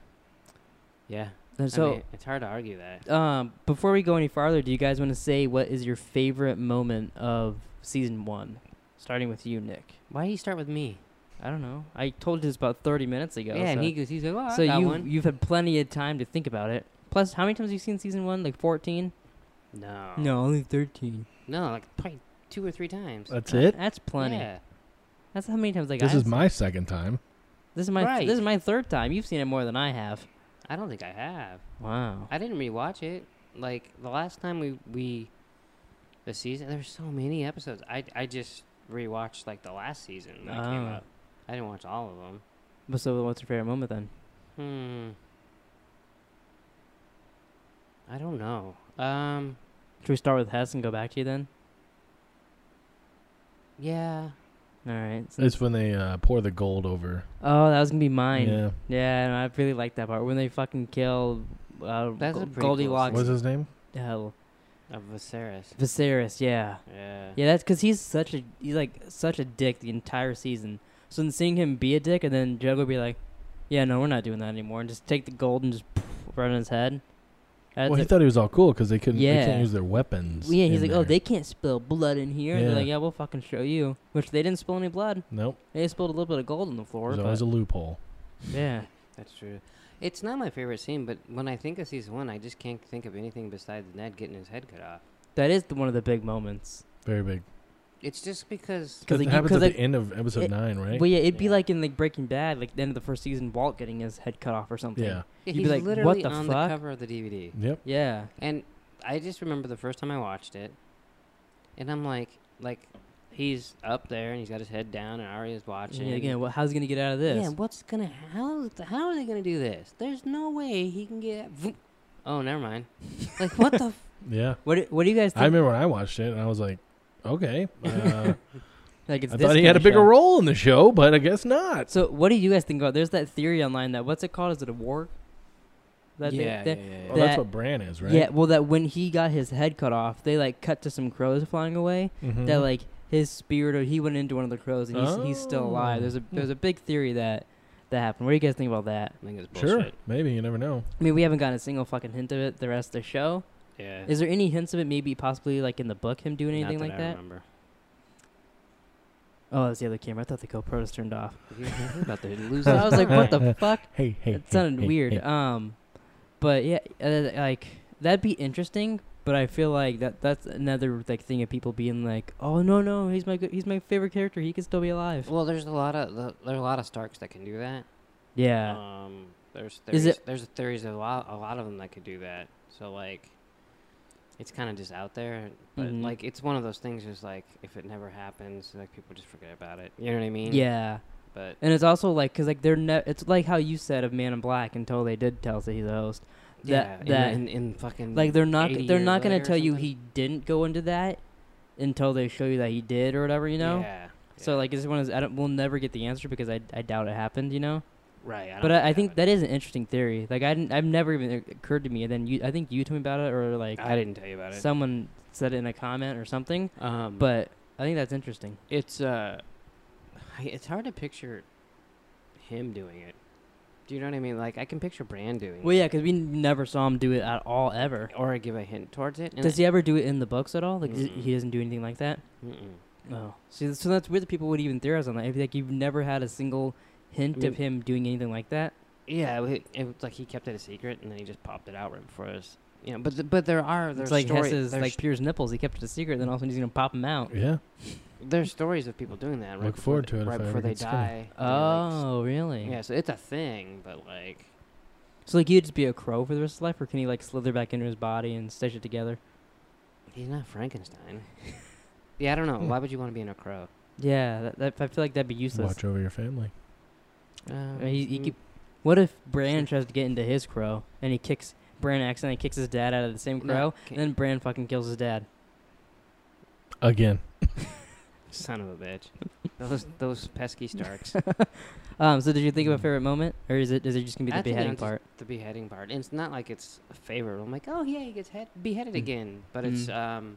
[SPEAKER 2] yeah.
[SPEAKER 1] And
[SPEAKER 2] I
[SPEAKER 1] so,
[SPEAKER 2] mean, it's hard to argue that.
[SPEAKER 1] um, before we go any farther, do you guys want to say what is your favorite moment of season one? Starting with you, Nick.
[SPEAKER 2] Why do you start with me?
[SPEAKER 1] I don't know. I told you this about thirty minutes ago.
[SPEAKER 2] Yeah, and
[SPEAKER 1] so-
[SPEAKER 2] he goes, he's like, oh, I
[SPEAKER 1] So
[SPEAKER 2] got
[SPEAKER 1] you
[SPEAKER 2] one.
[SPEAKER 1] you've had plenty of time to think about it. Plus, how many times have you seen season one? Like fourteen?
[SPEAKER 2] No.
[SPEAKER 1] only thirteen.
[SPEAKER 2] No, like probably two or three times.
[SPEAKER 3] That's it.
[SPEAKER 1] That's plenty.
[SPEAKER 2] Yeah.
[SPEAKER 1] That's how many times like
[SPEAKER 3] This
[SPEAKER 1] I've
[SPEAKER 3] is my second time.
[SPEAKER 1] This is my
[SPEAKER 2] Right.
[SPEAKER 1] this is my third time. You've seen it more than I have.
[SPEAKER 2] I don't think I have.
[SPEAKER 1] Wow.
[SPEAKER 2] I didn't rewatch it. Like the last time we we the season there's so many episodes. I I just rewatched like the last season that came
[SPEAKER 1] Oh.
[SPEAKER 2] up. I didn't watch all of them.
[SPEAKER 1] But So what's your favorite moment then?
[SPEAKER 2] Hmm. I don't know. Um
[SPEAKER 1] Should we start with Hess and go back to you then?
[SPEAKER 2] yeah.
[SPEAKER 1] All right. So-
[SPEAKER 3] It's when they uh, pour the gold over.
[SPEAKER 1] oh, that was gonna be mine. Yeah,
[SPEAKER 3] Yeah.
[SPEAKER 1] no, I really like that part when they fucking kill uh,
[SPEAKER 2] That's a
[SPEAKER 1] Go-
[SPEAKER 2] pretty cool
[SPEAKER 1] Goldilocks.
[SPEAKER 3] What's his name?
[SPEAKER 1] Hell,
[SPEAKER 2] Of Viserys.
[SPEAKER 1] Viserys. Yeah,
[SPEAKER 2] Yeah.
[SPEAKER 1] yeah. That's because he's such a he's like such a dick the entire season. So then seeing him be a dick and then Juggler be like, "Yeah, no, we're not doing that anymore," and just take the gold and just right on his head. That's
[SPEAKER 3] well, he
[SPEAKER 1] a-
[SPEAKER 3] thought he was all cool because they couldn't. They
[SPEAKER 1] Yeah.
[SPEAKER 3] can't use their weapons.
[SPEAKER 1] Yeah, he's
[SPEAKER 3] in
[SPEAKER 1] like, oh,
[SPEAKER 3] there."
[SPEAKER 1] they can't spill blood in here. And they're
[SPEAKER 3] Yeah.
[SPEAKER 1] like, yeah, we'll fucking show you. Which they didn't spill any blood.
[SPEAKER 3] Nope.
[SPEAKER 1] They spilled a little bit of gold on the floor.
[SPEAKER 3] There's
[SPEAKER 1] but-
[SPEAKER 3] always a loophole.
[SPEAKER 1] yeah.
[SPEAKER 2] That's true. It's not my favorite scene, but when I think of season one, I just can't think of anything besides Ned getting his head cut off.
[SPEAKER 1] That is the, one of the big moments.
[SPEAKER 3] Very big.
[SPEAKER 2] It's just because
[SPEAKER 1] Because
[SPEAKER 3] Because
[SPEAKER 1] like
[SPEAKER 3] it
[SPEAKER 1] you-
[SPEAKER 3] happens
[SPEAKER 1] 'cause
[SPEAKER 3] at
[SPEAKER 1] like-
[SPEAKER 3] the end of episode
[SPEAKER 1] it-
[SPEAKER 3] nine, right?
[SPEAKER 1] Well, yeah, it'd be
[SPEAKER 2] Yeah.
[SPEAKER 1] like in like Breaking Bad, like the end of the first season, Walt getting his head cut off or something.
[SPEAKER 3] yeah.
[SPEAKER 2] Yeah,
[SPEAKER 1] You'd be
[SPEAKER 2] he's
[SPEAKER 1] like, "What
[SPEAKER 2] literally
[SPEAKER 1] the
[SPEAKER 2] on
[SPEAKER 1] fuck?"
[SPEAKER 2] the cover of the DVD.
[SPEAKER 3] Yep.
[SPEAKER 1] Yeah.
[SPEAKER 2] And I just remember the first time I watched it, and I'm like, like he's up there and he's got his head down, and Arya's watching.
[SPEAKER 1] Yeah, again, what, how's he gonna get out of this?
[SPEAKER 2] Yeah, what's gonna how how are they gonna do this? There's no way he can get. vroom. Oh, never mind. Like what the? F-
[SPEAKER 3] Yeah.
[SPEAKER 1] What do- What do you guys think?
[SPEAKER 3] I remember when I watched it and I was like, okay. Uh,
[SPEAKER 1] like, it's
[SPEAKER 3] I
[SPEAKER 1] this
[SPEAKER 3] thought he had
[SPEAKER 1] kinda
[SPEAKER 3] a bigger
[SPEAKER 1] show.
[SPEAKER 3] role in the show, but I guess not.
[SPEAKER 1] So, what do you guys think about? There's that theory online that what's it called? Is it a war? That they-
[SPEAKER 2] yeah,
[SPEAKER 1] they-
[SPEAKER 2] yeah, yeah, yeah.
[SPEAKER 3] Oh, that's
[SPEAKER 1] that-
[SPEAKER 3] what Bran is, right?
[SPEAKER 1] Yeah. Well, that when he got his head cut off, they like cut to some crows flying away.
[SPEAKER 3] Mhm.
[SPEAKER 1] that like his spirit or he went into one of the crows and he's, he's still
[SPEAKER 3] Oh.
[SPEAKER 1] alive. There's a
[SPEAKER 2] Hmm.
[SPEAKER 1] there's a big theory that that happened. What do you guys think about that?
[SPEAKER 2] I think it's
[SPEAKER 3] sure.
[SPEAKER 2] bullshit.
[SPEAKER 3] Maybe you never know.
[SPEAKER 1] I mean, we haven't gotten a single fucking hint of it the rest of the show.
[SPEAKER 2] Yeah.
[SPEAKER 1] Is there any hints of it? Maybe possibly like in the book, him doing anything
[SPEAKER 2] Not that
[SPEAKER 1] like
[SPEAKER 2] I
[SPEAKER 1] that.
[SPEAKER 2] Remember.
[SPEAKER 1] Oh, that's the other camera. I thought the GoPro was turned off.
[SPEAKER 2] Have you heard about the losers?
[SPEAKER 1] So I was like, what the fuck?
[SPEAKER 3] Hey, hey.
[SPEAKER 1] It sounded
[SPEAKER 3] hey,
[SPEAKER 1] weird.
[SPEAKER 3] hey.
[SPEAKER 1] Um, but yeah, uh, like that'd be interesting. But I feel like that that's another like thing of people being like, oh no no, he's my good, he's my favorite character. He can still be alive.
[SPEAKER 2] well, there's a lot of there's a lot of Starks that can do that.
[SPEAKER 1] Yeah.
[SPEAKER 2] Um, there's theories,
[SPEAKER 1] Is
[SPEAKER 2] there's theories of a lot a lot of them that could do that. So like, it's kind of just out there. But
[SPEAKER 1] Mhm.
[SPEAKER 2] like, it's one of those things. Is like, if it never happens, like people just forget about it. You know what I mean?
[SPEAKER 1] yeah.
[SPEAKER 2] But
[SPEAKER 1] And it's also like, cause like they're ne- it's like how you said of Man in Black until they did tell us that he's the host.
[SPEAKER 2] yeah,
[SPEAKER 1] That-
[SPEAKER 2] in-
[SPEAKER 1] that-
[SPEAKER 2] in, in, fucking
[SPEAKER 1] Like they're not
[SPEAKER 2] 80
[SPEAKER 1] they're
[SPEAKER 2] years
[SPEAKER 1] not gonna
[SPEAKER 2] later or
[SPEAKER 1] tell you
[SPEAKER 2] something?
[SPEAKER 1] he didn't go into that until they show you that he did or whatever you know.
[SPEAKER 2] Yeah.
[SPEAKER 1] So
[SPEAKER 2] yeah.
[SPEAKER 1] like this one is I don't we'll never get the answer because I I doubt it happened you know.
[SPEAKER 2] right. I
[SPEAKER 1] But
[SPEAKER 2] don't
[SPEAKER 1] I, I think
[SPEAKER 2] happened.
[SPEAKER 1] that is an interesting theory. Like I didn't, I've never even it occurred to me. And then you, I think you told me about it, or like
[SPEAKER 2] I didn't tell you about it.
[SPEAKER 1] someone said it in a comment or something.
[SPEAKER 2] um,
[SPEAKER 1] But I think that's interesting.
[SPEAKER 2] it's uh, I- it's hard to picture him doing it. Do you know what I mean? Like I can picture Brand doing.
[SPEAKER 1] Well, yeah,
[SPEAKER 2] it,
[SPEAKER 1] because we n- never saw him do it at all ever.
[SPEAKER 2] or I give a hint towards it. and
[SPEAKER 1] Does
[SPEAKER 2] I-
[SPEAKER 1] he ever do it in the books at all? Like is-
[SPEAKER 2] Mm-mm.
[SPEAKER 1] he doesn't do anything like that.
[SPEAKER 2] Mm-mm.
[SPEAKER 1] Oh, see, so that's weird that people would even theorize on that. If like you've never had a single hint
[SPEAKER 2] mean-
[SPEAKER 1] of him doing anything like that.
[SPEAKER 2] Yeah, it, it was like he kept it a secret and then he just popped it out right before us. You know, but th- but there are there's
[SPEAKER 1] It's like
[SPEAKER 2] story,
[SPEAKER 1] Hess's,
[SPEAKER 2] there's,
[SPEAKER 1] like Pierce nipples. He kept it a secret, then all of a sudden he's gonna pop him out.
[SPEAKER 3] Yeah.
[SPEAKER 2] there's stories of people doing that. Right
[SPEAKER 3] Look
[SPEAKER 2] before
[SPEAKER 3] forward
[SPEAKER 2] they-
[SPEAKER 3] to it if
[SPEAKER 2] right
[SPEAKER 3] I
[SPEAKER 2] before
[SPEAKER 3] ever
[SPEAKER 2] they
[SPEAKER 3] get skinny.
[SPEAKER 2] die. they, like,
[SPEAKER 1] Oh, really?
[SPEAKER 2] s- yeah, so it's a thing, but like
[SPEAKER 1] So like he'd just be a crow for the rest of his life, or can he like slither back into his body and stitch it together?
[SPEAKER 2] he's not Frankenstein. yeah, I don't know.
[SPEAKER 3] Hmm.
[SPEAKER 2] Why would you want to be in a crow?
[SPEAKER 1] Yeah, that, that I feel like that'd be useless.
[SPEAKER 3] Watch over your family.
[SPEAKER 2] Um,
[SPEAKER 1] Uh, he- he
[SPEAKER 2] mm,
[SPEAKER 1] keep- What if Bran tries to get into his crow and he kicks Bran accidentally kicks his dad out of the same
[SPEAKER 2] No,
[SPEAKER 1] crow, and
[SPEAKER 2] can't-
[SPEAKER 1] then Bran fucking kills his dad?
[SPEAKER 3] Again.
[SPEAKER 2] son of a bitch. those those pesky Starks.
[SPEAKER 1] Um, so did you think of a
[SPEAKER 3] Mm.
[SPEAKER 1] favorite moment, or is it is it just gonna be
[SPEAKER 2] I
[SPEAKER 1] the
[SPEAKER 2] think
[SPEAKER 1] beheading
[SPEAKER 2] it's
[SPEAKER 1] part?
[SPEAKER 2] the beheading part. And it's not like it's a favorite. I'm like, oh yeah, he gets head- beheaded
[SPEAKER 3] Mm.
[SPEAKER 2] again. But it's
[SPEAKER 1] Mm.
[SPEAKER 2] um,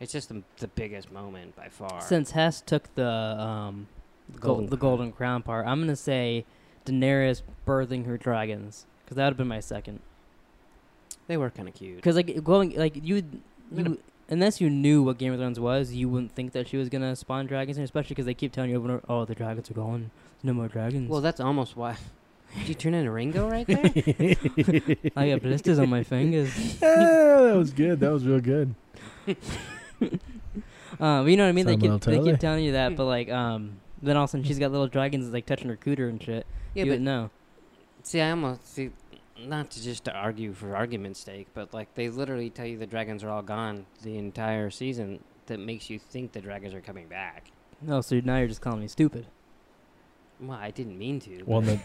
[SPEAKER 2] it's just the, the biggest moment by far.
[SPEAKER 1] Since Hess took the um
[SPEAKER 2] Golden
[SPEAKER 1] gold, the
[SPEAKER 2] Crown.
[SPEAKER 1] golden crown part, I'm gonna say Daenerys birthing her dragons because that would have been my second.
[SPEAKER 2] they were kind of cute.
[SPEAKER 1] Because like going like you,
[SPEAKER 2] I'm gonna-
[SPEAKER 1] you unless you knew what Game of Thrones was, you wouldn't think that she was gonna spawn dragons, and especially because they keep telling you over and over, oh the dragons are gone, no more dragons.
[SPEAKER 2] Well, that's almost why. Did you turn into Ringo right there?
[SPEAKER 1] I got blisters on my fingers.
[SPEAKER 3] Ah, that was good. That was real good.
[SPEAKER 1] Um, you know what I mean? They
[SPEAKER 3] Samuel
[SPEAKER 1] keep, they
[SPEAKER 3] Taylor.
[SPEAKER 1] keep telling you
[SPEAKER 2] Hmm.
[SPEAKER 1] that, but like um, then all of a sudden she's got little dragons like touching her cooter and shit. you
[SPEAKER 2] yeah, but
[SPEAKER 1] wouldn't know.
[SPEAKER 2] see, I almost see. Not to just to argue for argument's sake, but like they literally tell you the dragons are all gone the entire season. That makes you think the dragons are coming back.
[SPEAKER 1] No, Oh, so now you're just calling me stupid.
[SPEAKER 2] Well, I didn't mean to.
[SPEAKER 3] Well, the,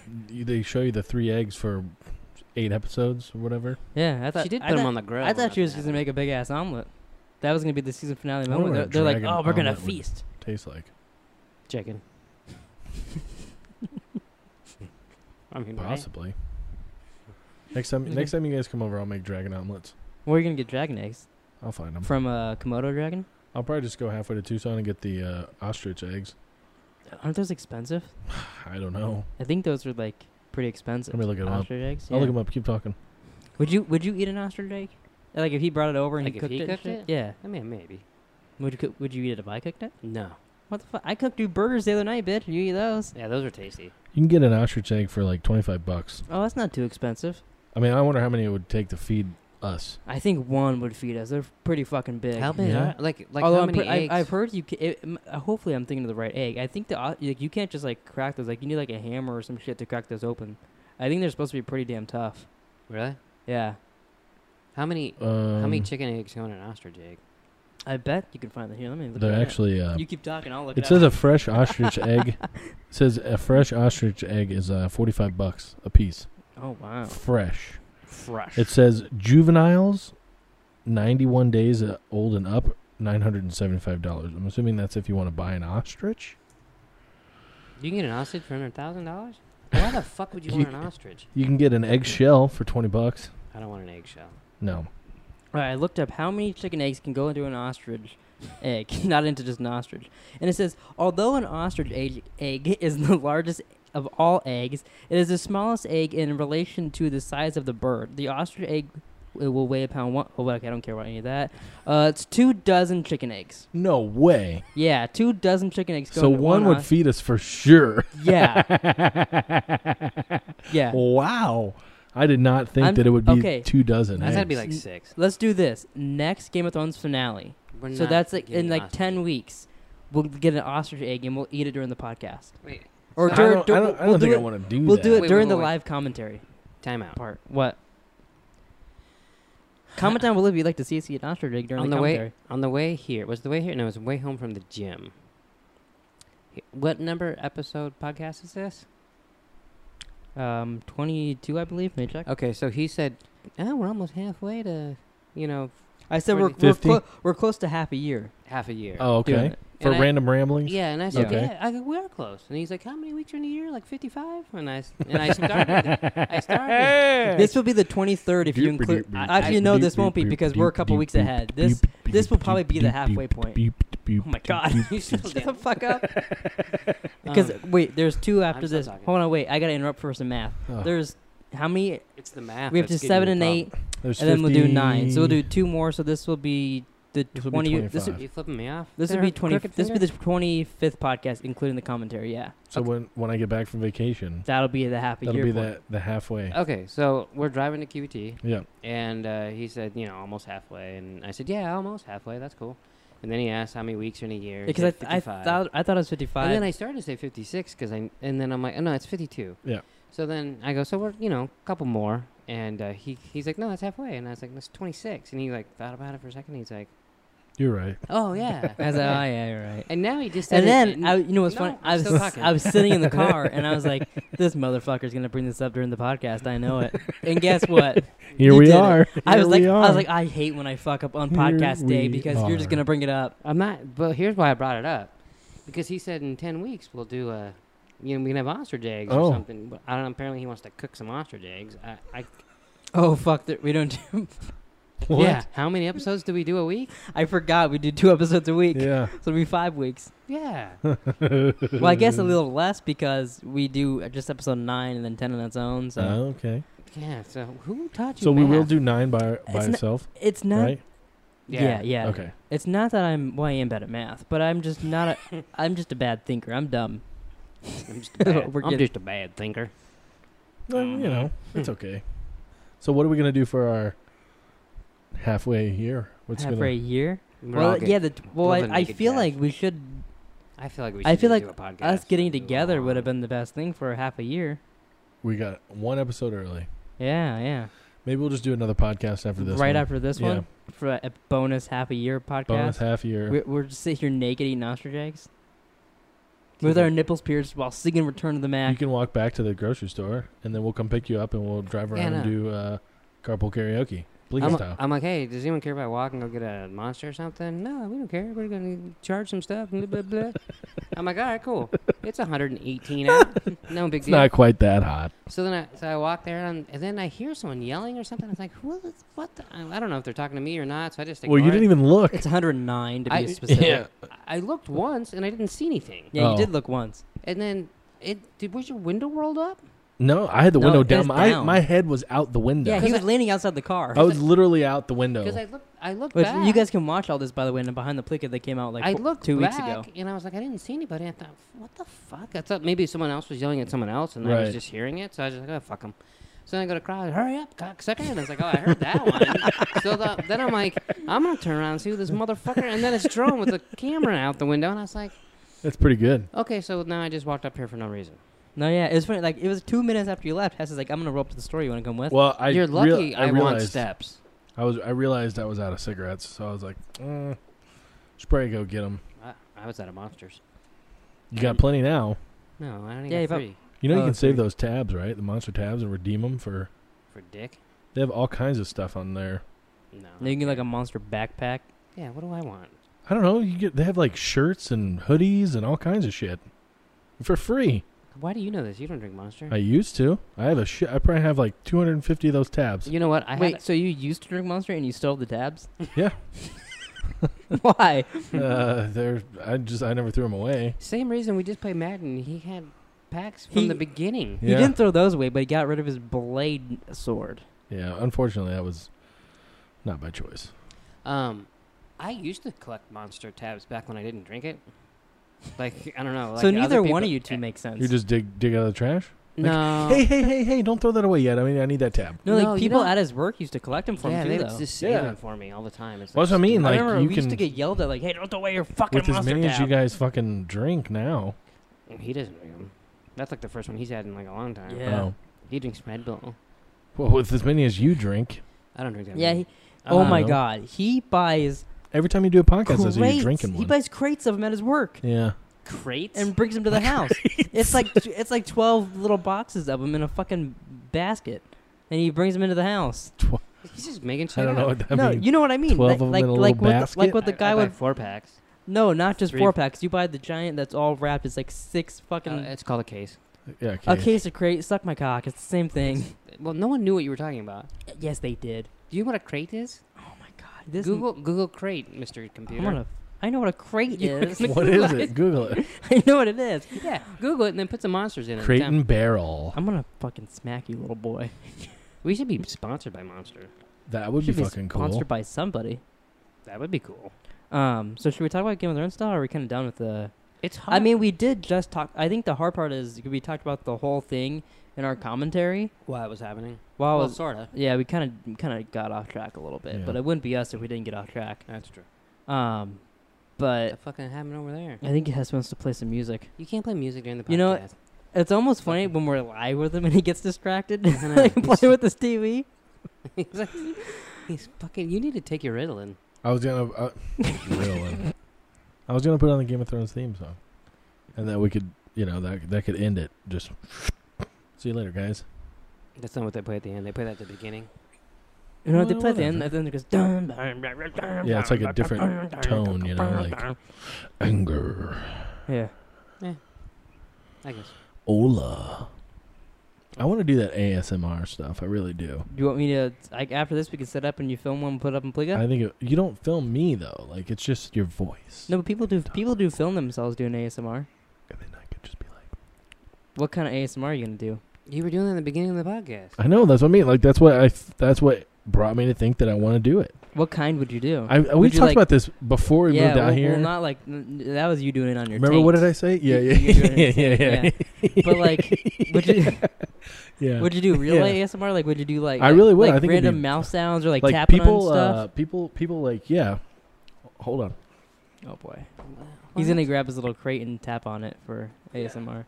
[SPEAKER 3] they show you the three eggs for eight episodes or whatever.
[SPEAKER 1] Yeah, I thought
[SPEAKER 2] she did
[SPEAKER 1] I
[SPEAKER 2] put them
[SPEAKER 1] thought-
[SPEAKER 2] on the grill.
[SPEAKER 1] I thought she was
[SPEAKER 2] using.
[SPEAKER 1] just gonna make a big ass omelet. That was gonna be the season finale
[SPEAKER 3] wonder
[SPEAKER 1] moment.
[SPEAKER 3] what a
[SPEAKER 1] They're, they're like,
[SPEAKER 3] dragon
[SPEAKER 1] oh, we're gonna
[SPEAKER 3] omelet would-
[SPEAKER 1] feast.
[SPEAKER 3] Tastes like
[SPEAKER 2] Chicken. I mean, right?
[SPEAKER 3] possibly. Next time,
[SPEAKER 1] Okay.
[SPEAKER 3] next time you guys come over, I'll make dragon omelets.
[SPEAKER 1] Where are you gonna get dragon eggs
[SPEAKER 3] I'll find them.
[SPEAKER 1] from? A Komodo dragon?
[SPEAKER 3] I'll probably just go halfway to Tucson and get the uh, ostrich eggs.
[SPEAKER 1] Aren't those expensive?
[SPEAKER 3] I don't know.
[SPEAKER 1] I think those are like pretty expensive.
[SPEAKER 3] Let me look it up.
[SPEAKER 1] ostrich eggs.
[SPEAKER 3] I'll look
[SPEAKER 1] yeah.
[SPEAKER 3] them up. Keep talking.
[SPEAKER 1] Would you Would you eat an ostrich egg? Like if he brought it over and
[SPEAKER 2] Like,
[SPEAKER 1] he
[SPEAKER 2] if
[SPEAKER 1] cooked,
[SPEAKER 2] he
[SPEAKER 1] it, and
[SPEAKER 2] cooked
[SPEAKER 1] shit?
[SPEAKER 2] it?
[SPEAKER 1] Yeah.
[SPEAKER 2] I mean, maybe.
[SPEAKER 1] Would you cook, Would you eat it if I cooked it?
[SPEAKER 2] No.
[SPEAKER 1] What the fuck? I cooked you burgers the other night, bitch. You eat those?
[SPEAKER 2] Yeah, those are tasty.
[SPEAKER 3] You can get an ostrich egg for like twenty five bucks.
[SPEAKER 1] Oh, that's not too expensive.
[SPEAKER 3] I mean, I wonder how many it would take to feed us.
[SPEAKER 1] I think one would feed us. They're pretty fucking big.
[SPEAKER 2] How big?
[SPEAKER 3] Yeah.
[SPEAKER 2] Are, like, like
[SPEAKER 1] Although
[SPEAKER 2] how
[SPEAKER 1] I'm
[SPEAKER 2] many
[SPEAKER 1] pre-
[SPEAKER 2] eggs?
[SPEAKER 1] I, I've heard you. Ca- it, m- uh, hopefully, I'm thinking of the right egg. I think the o- like you can't just like crack those. Like you need like a hammer or some shit to crack those open. I think they're supposed to be pretty damn tough.
[SPEAKER 2] Really?
[SPEAKER 1] Yeah,
[SPEAKER 2] How many?
[SPEAKER 3] Um,
[SPEAKER 2] how many chicken eggs go in an ostrich egg?
[SPEAKER 1] I bet you can find them here. Let me. Look
[SPEAKER 3] They're
[SPEAKER 1] it up.
[SPEAKER 3] actually. Uh,
[SPEAKER 1] You keep talking. I'll look.
[SPEAKER 3] it
[SPEAKER 1] up.
[SPEAKER 3] says a fresh ostrich egg. It says a fresh ostrich egg is uh, forty five bucks a piece.
[SPEAKER 1] Oh wow.
[SPEAKER 3] Fresh.
[SPEAKER 2] Fresh.
[SPEAKER 3] It says juveniles, ninety-one days uh, old and up, nine hundred and seventy-five dollars. I'm assuming that's if you want to buy an ostrich.
[SPEAKER 2] you can get an ostrich for hundred thousand dollars. Why the fuck would you want an ostrich?
[SPEAKER 3] You can get an eggshell for twenty bucks.
[SPEAKER 2] I don't want an eggshell.
[SPEAKER 3] No,
[SPEAKER 1] All right, I looked up how many chicken eggs can go into an ostrich egg, not into just an ostrich. And it says, although an ostrich egg, egg is the largest of all eggs, it is the smallest egg in relation to the size of the bird. The ostrich egg It will weigh a pound one. Oh, okay, I don't care about any of that. Uh, it's two dozen chicken eggs.
[SPEAKER 3] No way.
[SPEAKER 1] Yeah, two dozen chicken eggs.
[SPEAKER 3] So
[SPEAKER 1] going at
[SPEAKER 3] one would
[SPEAKER 1] eye.
[SPEAKER 3] feed us for sure.
[SPEAKER 1] yeah, yeah.
[SPEAKER 3] wow. I did not think
[SPEAKER 1] I'm-
[SPEAKER 3] that it would be
[SPEAKER 1] okay.
[SPEAKER 3] two dozen.
[SPEAKER 2] That's gotta be
[SPEAKER 3] eggs.
[SPEAKER 2] like
[SPEAKER 1] N-
[SPEAKER 2] six.
[SPEAKER 1] Let's do this next Game of Thrones finale.
[SPEAKER 2] We're
[SPEAKER 1] so
[SPEAKER 2] not
[SPEAKER 1] that's like in
[SPEAKER 2] getting
[SPEAKER 1] like
[SPEAKER 2] ostrich.
[SPEAKER 1] ten weeks. We'll get an ostrich egg and we'll eat it during the podcast.
[SPEAKER 2] Wait,
[SPEAKER 1] Or
[SPEAKER 2] So-
[SPEAKER 3] I
[SPEAKER 1] during,
[SPEAKER 3] don't, I don't, I
[SPEAKER 1] we'll
[SPEAKER 3] don't
[SPEAKER 1] do
[SPEAKER 3] think I
[SPEAKER 1] it-
[SPEAKER 3] want to do
[SPEAKER 1] We'll
[SPEAKER 3] that.
[SPEAKER 1] do it
[SPEAKER 2] Wait,
[SPEAKER 1] during
[SPEAKER 2] wait,
[SPEAKER 1] the
[SPEAKER 2] wait.
[SPEAKER 1] live commentary
[SPEAKER 2] time out.
[SPEAKER 1] part. What? Comment down below if you'd like to see us eat an ostrich egg during
[SPEAKER 2] On
[SPEAKER 1] the
[SPEAKER 2] the way-
[SPEAKER 1] commentary.
[SPEAKER 2] On the way here, was the way here? No, it was the way home from the gym. H- What number episode podcast is this?
[SPEAKER 1] Um, 22, I believe. May I check.
[SPEAKER 2] Okay, so he said, "Oh, we're almost halfway to, you know,
[SPEAKER 1] I said we're we're,
[SPEAKER 3] 50?
[SPEAKER 1] clo- we're close to half a year.
[SPEAKER 2] half a year."
[SPEAKER 3] Oh,
[SPEAKER 1] doing
[SPEAKER 3] okay.
[SPEAKER 1] it.
[SPEAKER 3] For
[SPEAKER 2] And I-
[SPEAKER 3] random ramblings?
[SPEAKER 2] Yeah, and I said,
[SPEAKER 3] Okay.
[SPEAKER 2] "Yeah, I go, we're close." And he's like, "How many weeks are in a year? Like fifty-five?" And I s- and I started. I started.
[SPEAKER 1] This will be the 23rd if you
[SPEAKER 3] Doop-a-doop-a-doop.
[SPEAKER 1] include.
[SPEAKER 2] I-
[SPEAKER 1] Actually, no, this won't be because we're a couple weeks ahead. This this will probably be the halfway point. Oh my god!
[SPEAKER 2] You still
[SPEAKER 1] Shut the
[SPEAKER 2] did.
[SPEAKER 1] fuck up. Because
[SPEAKER 2] Um,
[SPEAKER 1] wait, there's two after
[SPEAKER 2] I'm still
[SPEAKER 1] this.
[SPEAKER 2] talking.
[SPEAKER 1] Hold on, wait. I gotta interrupt for some math.
[SPEAKER 3] Ugh.
[SPEAKER 1] There's how many?
[SPEAKER 2] it's the math.
[SPEAKER 1] we have to
[SPEAKER 2] that's
[SPEAKER 1] seven
[SPEAKER 2] giving
[SPEAKER 1] and
[SPEAKER 2] me
[SPEAKER 1] eight,
[SPEAKER 3] There's
[SPEAKER 1] and then we'll do
[SPEAKER 3] 50
[SPEAKER 1] nine. So we'll do two more. So this will be the
[SPEAKER 3] This will be
[SPEAKER 1] twenty. This will,
[SPEAKER 2] the problem.
[SPEAKER 3] 25.
[SPEAKER 2] You flipping me off?
[SPEAKER 1] this will
[SPEAKER 2] there,
[SPEAKER 1] be twenty.
[SPEAKER 2] crooked
[SPEAKER 1] This will be
[SPEAKER 2] finger?
[SPEAKER 1] the twenty fifth podcast, including the commentary. Yeah,
[SPEAKER 3] So when when I get back from vacation,
[SPEAKER 1] that'll be the half a
[SPEAKER 3] that'll
[SPEAKER 1] year.
[SPEAKER 3] be
[SPEAKER 1] point.
[SPEAKER 3] the, the halfway.
[SPEAKER 2] Okay, so we're driving to QT,
[SPEAKER 3] Yeah.
[SPEAKER 2] and uh, he said, "You know, almost halfway," and I said, "Yeah, almost halfway. That's cool." And then he asked how many weeks are in a year. He
[SPEAKER 1] Because I,
[SPEAKER 2] said
[SPEAKER 1] th- I
[SPEAKER 2] 55.
[SPEAKER 1] thought I thought it was fifty
[SPEAKER 2] And then
[SPEAKER 1] five.
[SPEAKER 2] I started to say 56 because I, and then I'm like, oh no, it's 52.
[SPEAKER 3] Yeah.
[SPEAKER 2] So then I go, so we're, you know, a couple more. And uh, he, he's like, no, that's halfway. And I was like, that's 26. And he like thought about it for a second. He's like,
[SPEAKER 3] You're right.
[SPEAKER 2] oh yeah.
[SPEAKER 1] I was like, oh yeah, you're right.
[SPEAKER 2] and now he just said
[SPEAKER 1] And
[SPEAKER 2] it
[SPEAKER 1] then
[SPEAKER 2] in-
[SPEAKER 1] I, you know what's
[SPEAKER 2] No,
[SPEAKER 1] funny?
[SPEAKER 2] I'm
[SPEAKER 1] I was
[SPEAKER 2] still talking.
[SPEAKER 1] I was sitting in the car and I was like, "This motherfucker's gonna bring this up during the podcast. I know it." And guess what?
[SPEAKER 3] Here
[SPEAKER 1] You
[SPEAKER 3] we
[SPEAKER 1] did it.
[SPEAKER 3] are.
[SPEAKER 1] I was
[SPEAKER 3] Here
[SPEAKER 1] like,
[SPEAKER 3] we
[SPEAKER 1] I
[SPEAKER 3] are.
[SPEAKER 1] was like, I hate when I fuck up on
[SPEAKER 3] Here
[SPEAKER 1] podcast day
[SPEAKER 3] we
[SPEAKER 1] because you're just
[SPEAKER 3] are.
[SPEAKER 1] gonna bring it up.
[SPEAKER 2] I'm not, but here's why I brought it up. Because he said in 10 weeks we'll do a, you know, we can have ostrich eggs
[SPEAKER 3] Oh.
[SPEAKER 2] or something. But I don't know, apparently he wants to cook some ostrich eggs. I, I
[SPEAKER 1] Oh fuck! That we don't. Do,
[SPEAKER 3] What?
[SPEAKER 2] Yeah. How many episodes do we do a week?
[SPEAKER 1] I forgot we do two episodes a week,
[SPEAKER 3] Yeah.
[SPEAKER 1] so it'll be five weeks.
[SPEAKER 2] Yeah.
[SPEAKER 1] Well, I guess a little less because we do just episode nine and then ten on its own. So
[SPEAKER 3] Oh, okay.
[SPEAKER 2] yeah. So who taught you
[SPEAKER 3] So we will
[SPEAKER 2] math?
[SPEAKER 3] do nine by by
[SPEAKER 1] It's not-
[SPEAKER 3] itself,
[SPEAKER 1] it's not.
[SPEAKER 3] right?
[SPEAKER 1] Yeah. yeah,
[SPEAKER 3] Okay.
[SPEAKER 1] It's not that I'm. Well, I am bad at math, but I'm just not a. I'm just a bad thinker. I'm dumb.
[SPEAKER 2] I'm, just a bad,
[SPEAKER 1] We're
[SPEAKER 2] I'm
[SPEAKER 1] getting-
[SPEAKER 2] just a bad thinker.
[SPEAKER 3] Well,
[SPEAKER 1] Uh-huh.
[SPEAKER 3] you know, it's okay. So what are we gonna do for our halfway year? What's
[SPEAKER 1] half for a
[SPEAKER 3] gonna
[SPEAKER 1] year.
[SPEAKER 2] We're all
[SPEAKER 1] Well,
[SPEAKER 2] good.
[SPEAKER 1] yeah. The, well,
[SPEAKER 2] we'll
[SPEAKER 1] I,
[SPEAKER 2] have a
[SPEAKER 1] I
[SPEAKER 2] naked
[SPEAKER 1] feel
[SPEAKER 2] guy.
[SPEAKER 1] like we should.
[SPEAKER 2] I feel like we. Should
[SPEAKER 1] I feel
[SPEAKER 2] just
[SPEAKER 1] like
[SPEAKER 2] do a podcast
[SPEAKER 1] us getting
[SPEAKER 2] and do a
[SPEAKER 1] together would have
[SPEAKER 2] long-
[SPEAKER 1] been the best thing for half a year.
[SPEAKER 3] we got one episode early.
[SPEAKER 1] Yeah, yeah.
[SPEAKER 3] Maybe we'll just do another podcast after this.
[SPEAKER 1] right
[SPEAKER 3] one.
[SPEAKER 1] after this
[SPEAKER 3] Yeah.
[SPEAKER 1] one for a, a bonus half a year podcast.
[SPEAKER 3] bonus half year.
[SPEAKER 1] We're, we're just sit here naked eating ostrich eggs
[SPEAKER 2] Do
[SPEAKER 1] with
[SPEAKER 2] that.
[SPEAKER 1] our nipples pierced while singing "Return of the
[SPEAKER 3] you
[SPEAKER 1] Mac."
[SPEAKER 3] can walk back to the grocery store, and then we'll come pick you up, and we'll drive around
[SPEAKER 2] Yeah,
[SPEAKER 3] and do uh, carpool karaoke. Please
[SPEAKER 2] I'm,
[SPEAKER 3] style.
[SPEAKER 2] I'm like, hey, does anyone care if I walk and go get a monster or something? No, we don't care. We're gonna charge some stuff. Blah blah blah. I'm like, all right, cool. It's 118 out. no big
[SPEAKER 3] it's
[SPEAKER 2] deal.
[SPEAKER 3] not quite that hot.
[SPEAKER 2] So then I so I walk there and, and then I hear someone yelling or something. I was like, who is what? The? I I don't know if they're talking to me or not. So I just
[SPEAKER 3] well, you
[SPEAKER 2] ignore
[SPEAKER 3] didn't
[SPEAKER 2] it.
[SPEAKER 3] even look.
[SPEAKER 1] It's 109 to be
[SPEAKER 2] I-
[SPEAKER 1] specific. Yeah,
[SPEAKER 3] Yeah.
[SPEAKER 2] I looked once and I didn't see anything.
[SPEAKER 1] you
[SPEAKER 3] Oh.
[SPEAKER 1] did look once.
[SPEAKER 2] And then it did. Was your window rolled up?
[SPEAKER 3] No, I had the
[SPEAKER 1] No,
[SPEAKER 3] window
[SPEAKER 1] it
[SPEAKER 3] down.
[SPEAKER 1] is
[SPEAKER 3] My
[SPEAKER 1] down.
[SPEAKER 3] my head was out the window.
[SPEAKER 1] Yeah, he
[SPEAKER 2] Cause
[SPEAKER 1] was
[SPEAKER 2] I-
[SPEAKER 1] leaning outside the car.
[SPEAKER 3] I was literally out the window.
[SPEAKER 2] Because I looked. I looked
[SPEAKER 1] Which
[SPEAKER 2] back.
[SPEAKER 1] you guys can watch all this by the way in the behind the plicket that came out like
[SPEAKER 2] I
[SPEAKER 1] fo-
[SPEAKER 2] looked
[SPEAKER 1] two
[SPEAKER 2] back
[SPEAKER 1] weeks ago.
[SPEAKER 2] and I was like, I didn't see anybody. I thought, what the fuck? I thought maybe someone else was yelling at someone else, and I
[SPEAKER 3] Right.
[SPEAKER 2] was just hearing it. So I was just like, oh fuck them. So then I go to crowd, hurry up, cocksucker! And I was like, oh, I heard that one. so the, then I'm like, I'm gonna turn around and see who this motherfucker. And then it's drone with the camera out the window, and I was like,
[SPEAKER 3] That's pretty good.
[SPEAKER 2] okay, so now I just walked up here for no reason.
[SPEAKER 1] No, yeah, it was funny. Like it was two minutes after you left. Hess is like, "I'm gonna roll up to the store. You want to come with?"
[SPEAKER 3] Well, I
[SPEAKER 2] You're
[SPEAKER 3] real-
[SPEAKER 2] lucky I,
[SPEAKER 3] I
[SPEAKER 2] want
[SPEAKER 3] realized
[SPEAKER 2] steps.
[SPEAKER 3] I was I realized I was out of cigarettes, so I was like, mm, should probably go get them.
[SPEAKER 2] I, I was out of monsters.
[SPEAKER 3] You got plenty now.
[SPEAKER 2] No, I don't
[SPEAKER 1] Yeah,
[SPEAKER 2] even
[SPEAKER 1] but-
[SPEAKER 2] got three
[SPEAKER 3] You know you
[SPEAKER 1] Oh,
[SPEAKER 3] can
[SPEAKER 1] that's
[SPEAKER 3] save
[SPEAKER 1] great.
[SPEAKER 3] those tabs, right? The monster tabs and redeem them for.
[SPEAKER 2] for dick.
[SPEAKER 3] They have all kinds of stuff on there.
[SPEAKER 2] No.
[SPEAKER 1] Now you can get like a monster backpack.
[SPEAKER 2] yeah. What do I want?
[SPEAKER 3] I don't know. You get they have like shirts and hoodies and all kinds of shit for free.
[SPEAKER 2] Why do you know this? You don't drink monster.
[SPEAKER 3] I used to. I have a shit. I probably have like 250 of those tabs.
[SPEAKER 2] you know what? I
[SPEAKER 1] Wait,
[SPEAKER 2] had,
[SPEAKER 1] so you used to drink Monster and you stole the tabs?
[SPEAKER 3] Yeah.
[SPEAKER 1] Why?
[SPEAKER 3] uh, they're. I just. I never threw them away.
[SPEAKER 2] Same reason we just played Madden. He had packs from
[SPEAKER 1] He-
[SPEAKER 2] the beginning.
[SPEAKER 1] He
[SPEAKER 3] Yeah.
[SPEAKER 1] didn't throw those away, but he got rid of his blade sword.
[SPEAKER 3] Yeah. Unfortunately, that was Not by choice.
[SPEAKER 2] Um, I used to collect Monster tabs back when I didn't drink it. Like I don't know. Like
[SPEAKER 1] so
[SPEAKER 2] other
[SPEAKER 1] neither one
[SPEAKER 2] people-
[SPEAKER 1] of you two
[SPEAKER 2] eh,
[SPEAKER 1] makes sense.
[SPEAKER 3] You just dig dig out of the trash. like,
[SPEAKER 2] No.
[SPEAKER 1] Uh-huh.
[SPEAKER 3] hey, hey, hey, hey! Don't throw that away yet. I mean, I need that tab.
[SPEAKER 1] no, like
[SPEAKER 2] No, you
[SPEAKER 1] people
[SPEAKER 2] don't-
[SPEAKER 1] at his work used to collect them for
[SPEAKER 2] yeah,
[SPEAKER 1] him
[SPEAKER 2] they
[SPEAKER 1] too,
[SPEAKER 2] would
[SPEAKER 1] though.
[SPEAKER 2] just save
[SPEAKER 3] Yeah.
[SPEAKER 2] them for me all the time. It's
[SPEAKER 3] Well, that's what I mean.
[SPEAKER 2] stupid.
[SPEAKER 1] I
[SPEAKER 3] Like
[SPEAKER 1] remember
[SPEAKER 3] you
[SPEAKER 1] we
[SPEAKER 3] can
[SPEAKER 1] used to get yelled at, like, "Hey, don't throw away your fucking
[SPEAKER 3] with as
[SPEAKER 1] monster
[SPEAKER 3] many as you
[SPEAKER 1] tab."
[SPEAKER 3] guys fucking drink now.
[SPEAKER 2] He doesn't drink them. That's like the first one he's had in like a long time.
[SPEAKER 1] Yeah.
[SPEAKER 3] Oh.
[SPEAKER 2] He drinks Red Bull.
[SPEAKER 3] Well, with as many as you drink,
[SPEAKER 2] I don't drink that.
[SPEAKER 1] yeah.
[SPEAKER 2] many.
[SPEAKER 1] He,
[SPEAKER 2] I
[SPEAKER 1] oh
[SPEAKER 2] don't
[SPEAKER 1] my
[SPEAKER 2] know.
[SPEAKER 1] God, he buys
[SPEAKER 3] every time you do a podcast,
[SPEAKER 1] crates.
[SPEAKER 3] that's what you're drinking
[SPEAKER 1] he
[SPEAKER 3] one.
[SPEAKER 1] buys crates of them at his work
[SPEAKER 3] yeah.
[SPEAKER 2] Crates.
[SPEAKER 1] and brings them to the house. It's like it's like twelve little boxes of them in a fucking basket, and he brings them into the house.
[SPEAKER 2] he's just making shit
[SPEAKER 3] I don't
[SPEAKER 2] up.
[SPEAKER 3] know what that
[SPEAKER 1] no,
[SPEAKER 3] means.
[SPEAKER 1] you know what I mean.
[SPEAKER 3] 12
[SPEAKER 1] like
[SPEAKER 3] of 'em
[SPEAKER 1] like,
[SPEAKER 3] in a
[SPEAKER 1] like
[SPEAKER 3] little
[SPEAKER 1] what the, like
[SPEAKER 3] basket?
[SPEAKER 1] what the
[SPEAKER 2] I- I
[SPEAKER 1] guy
[SPEAKER 2] buy
[SPEAKER 1] would.
[SPEAKER 2] four packs.
[SPEAKER 1] No, not just
[SPEAKER 2] three-
[SPEAKER 1] four packs. You buy the giant that's all wrapped. It's like six fucking.
[SPEAKER 2] Uh, it's called a case.
[SPEAKER 3] yeah.
[SPEAKER 1] a
[SPEAKER 3] Okay.
[SPEAKER 1] case of crate. Suck my cock. It's the same thing.
[SPEAKER 2] Well, no one knew what you were talking about.
[SPEAKER 1] yes, they did.
[SPEAKER 2] Do you know what a crate is?
[SPEAKER 1] Oh my god. This
[SPEAKER 2] Google Google crate, Mister
[SPEAKER 1] I'm
[SPEAKER 2] Computer.
[SPEAKER 1] gonna. I know what a crate
[SPEAKER 2] You-
[SPEAKER 1] is.
[SPEAKER 3] What is it? Google it.
[SPEAKER 1] I know what it is.
[SPEAKER 2] Yeah, Google it and then put some monsters in it.
[SPEAKER 3] Crate
[SPEAKER 2] Damn.
[SPEAKER 3] and barrel.
[SPEAKER 1] I'm gonna fucking smack you, little boy.
[SPEAKER 2] We should be sponsored by Monster.
[SPEAKER 3] That would be
[SPEAKER 1] Should
[SPEAKER 3] fucking cool.
[SPEAKER 1] Sponsored by somebody.
[SPEAKER 2] That would be cool.
[SPEAKER 1] Um. So should we talk about Game of Thrones style? Or are we kind of done with the?
[SPEAKER 2] It's hard.
[SPEAKER 1] I mean, we did just talk. I think the hard part is we talked about the whole thing in our commentary.
[SPEAKER 2] while it was happening.
[SPEAKER 1] While
[SPEAKER 2] Oh, well, sorta.
[SPEAKER 1] yeah, we kind of kind of got off track a little bit,
[SPEAKER 3] Yeah.
[SPEAKER 1] but it wouldn't be us if we didn't get off track.
[SPEAKER 2] That's true.
[SPEAKER 1] Um. But
[SPEAKER 2] What fucking happened over there?
[SPEAKER 1] I think it has wants to play some music.
[SPEAKER 2] You can't play music during the podcast.
[SPEAKER 1] You know- It's almost funny
[SPEAKER 2] Fucking-
[SPEAKER 1] when we're live with him and he gets distracted,
[SPEAKER 2] I know.
[SPEAKER 1] like playing with his TV.
[SPEAKER 2] he's, like, he's fucking. You need to take your Ritalin.
[SPEAKER 3] I was gonna. Uh, really? I was gonna put on the Game of Thrones theme song, and then we could, you know, that that could end it. Just see you later, guys.
[SPEAKER 2] That's not what they play at the end. They play that at the beginning.
[SPEAKER 1] You know, what they
[SPEAKER 3] Well,
[SPEAKER 1] play at the end,
[SPEAKER 3] whatever.
[SPEAKER 1] and then it goes dun. dun.
[SPEAKER 3] Yeah, it's like a different tone, you know, like anger,
[SPEAKER 1] Yeah,
[SPEAKER 2] I guess.
[SPEAKER 3] Ola. I want to do that ASMR stuff. I really do.
[SPEAKER 1] do you want me to like after this we can set up and you film one, put up and play it?
[SPEAKER 3] I think it, you don't film me though. Like it's just your voice.
[SPEAKER 1] No, but people do people do film themselves doing ASMR.
[SPEAKER 3] And then I could just be like,
[SPEAKER 1] What kind of ASMR are you gonna do?
[SPEAKER 2] You were doing that at the beginning of the podcast.
[SPEAKER 3] I know that's what I mean. Like that's what I. That's what brought me to think that I want to do it.
[SPEAKER 1] What kind would you do?
[SPEAKER 3] I, we
[SPEAKER 1] Would
[SPEAKER 3] talked
[SPEAKER 1] you, like-
[SPEAKER 3] about this before we
[SPEAKER 1] yeah,
[SPEAKER 3] moved out
[SPEAKER 1] well,
[SPEAKER 3] here.
[SPEAKER 1] well, not like n- n- that was you doing it on your.
[SPEAKER 3] Remember what did I say? Yeah,
[SPEAKER 1] You-
[SPEAKER 3] yeah,
[SPEAKER 1] you were
[SPEAKER 3] yeah, yeah,
[SPEAKER 1] doing
[SPEAKER 3] yeah,
[SPEAKER 1] it, But like, would you
[SPEAKER 3] yeah.
[SPEAKER 1] would you do real
[SPEAKER 3] Yeah.
[SPEAKER 1] ASMR? Like, would you do like
[SPEAKER 3] I really would.
[SPEAKER 1] like
[SPEAKER 3] I think it'd
[SPEAKER 1] random
[SPEAKER 3] be-
[SPEAKER 1] mouse sounds or like,
[SPEAKER 3] Like
[SPEAKER 1] tapping
[SPEAKER 3] people,
[SPEAKER 1] on
[SPEAKER 3] Uh,
[SPEAKER 1] stuff?
[SPEAKER 3] people, people, like yeah. Hold on.
[SPEAKER 1] oh boy.
[SPEAKER 2] Wow.
[SPEAKER 1] He's gonna grab his little crate and tap on it for ASMR.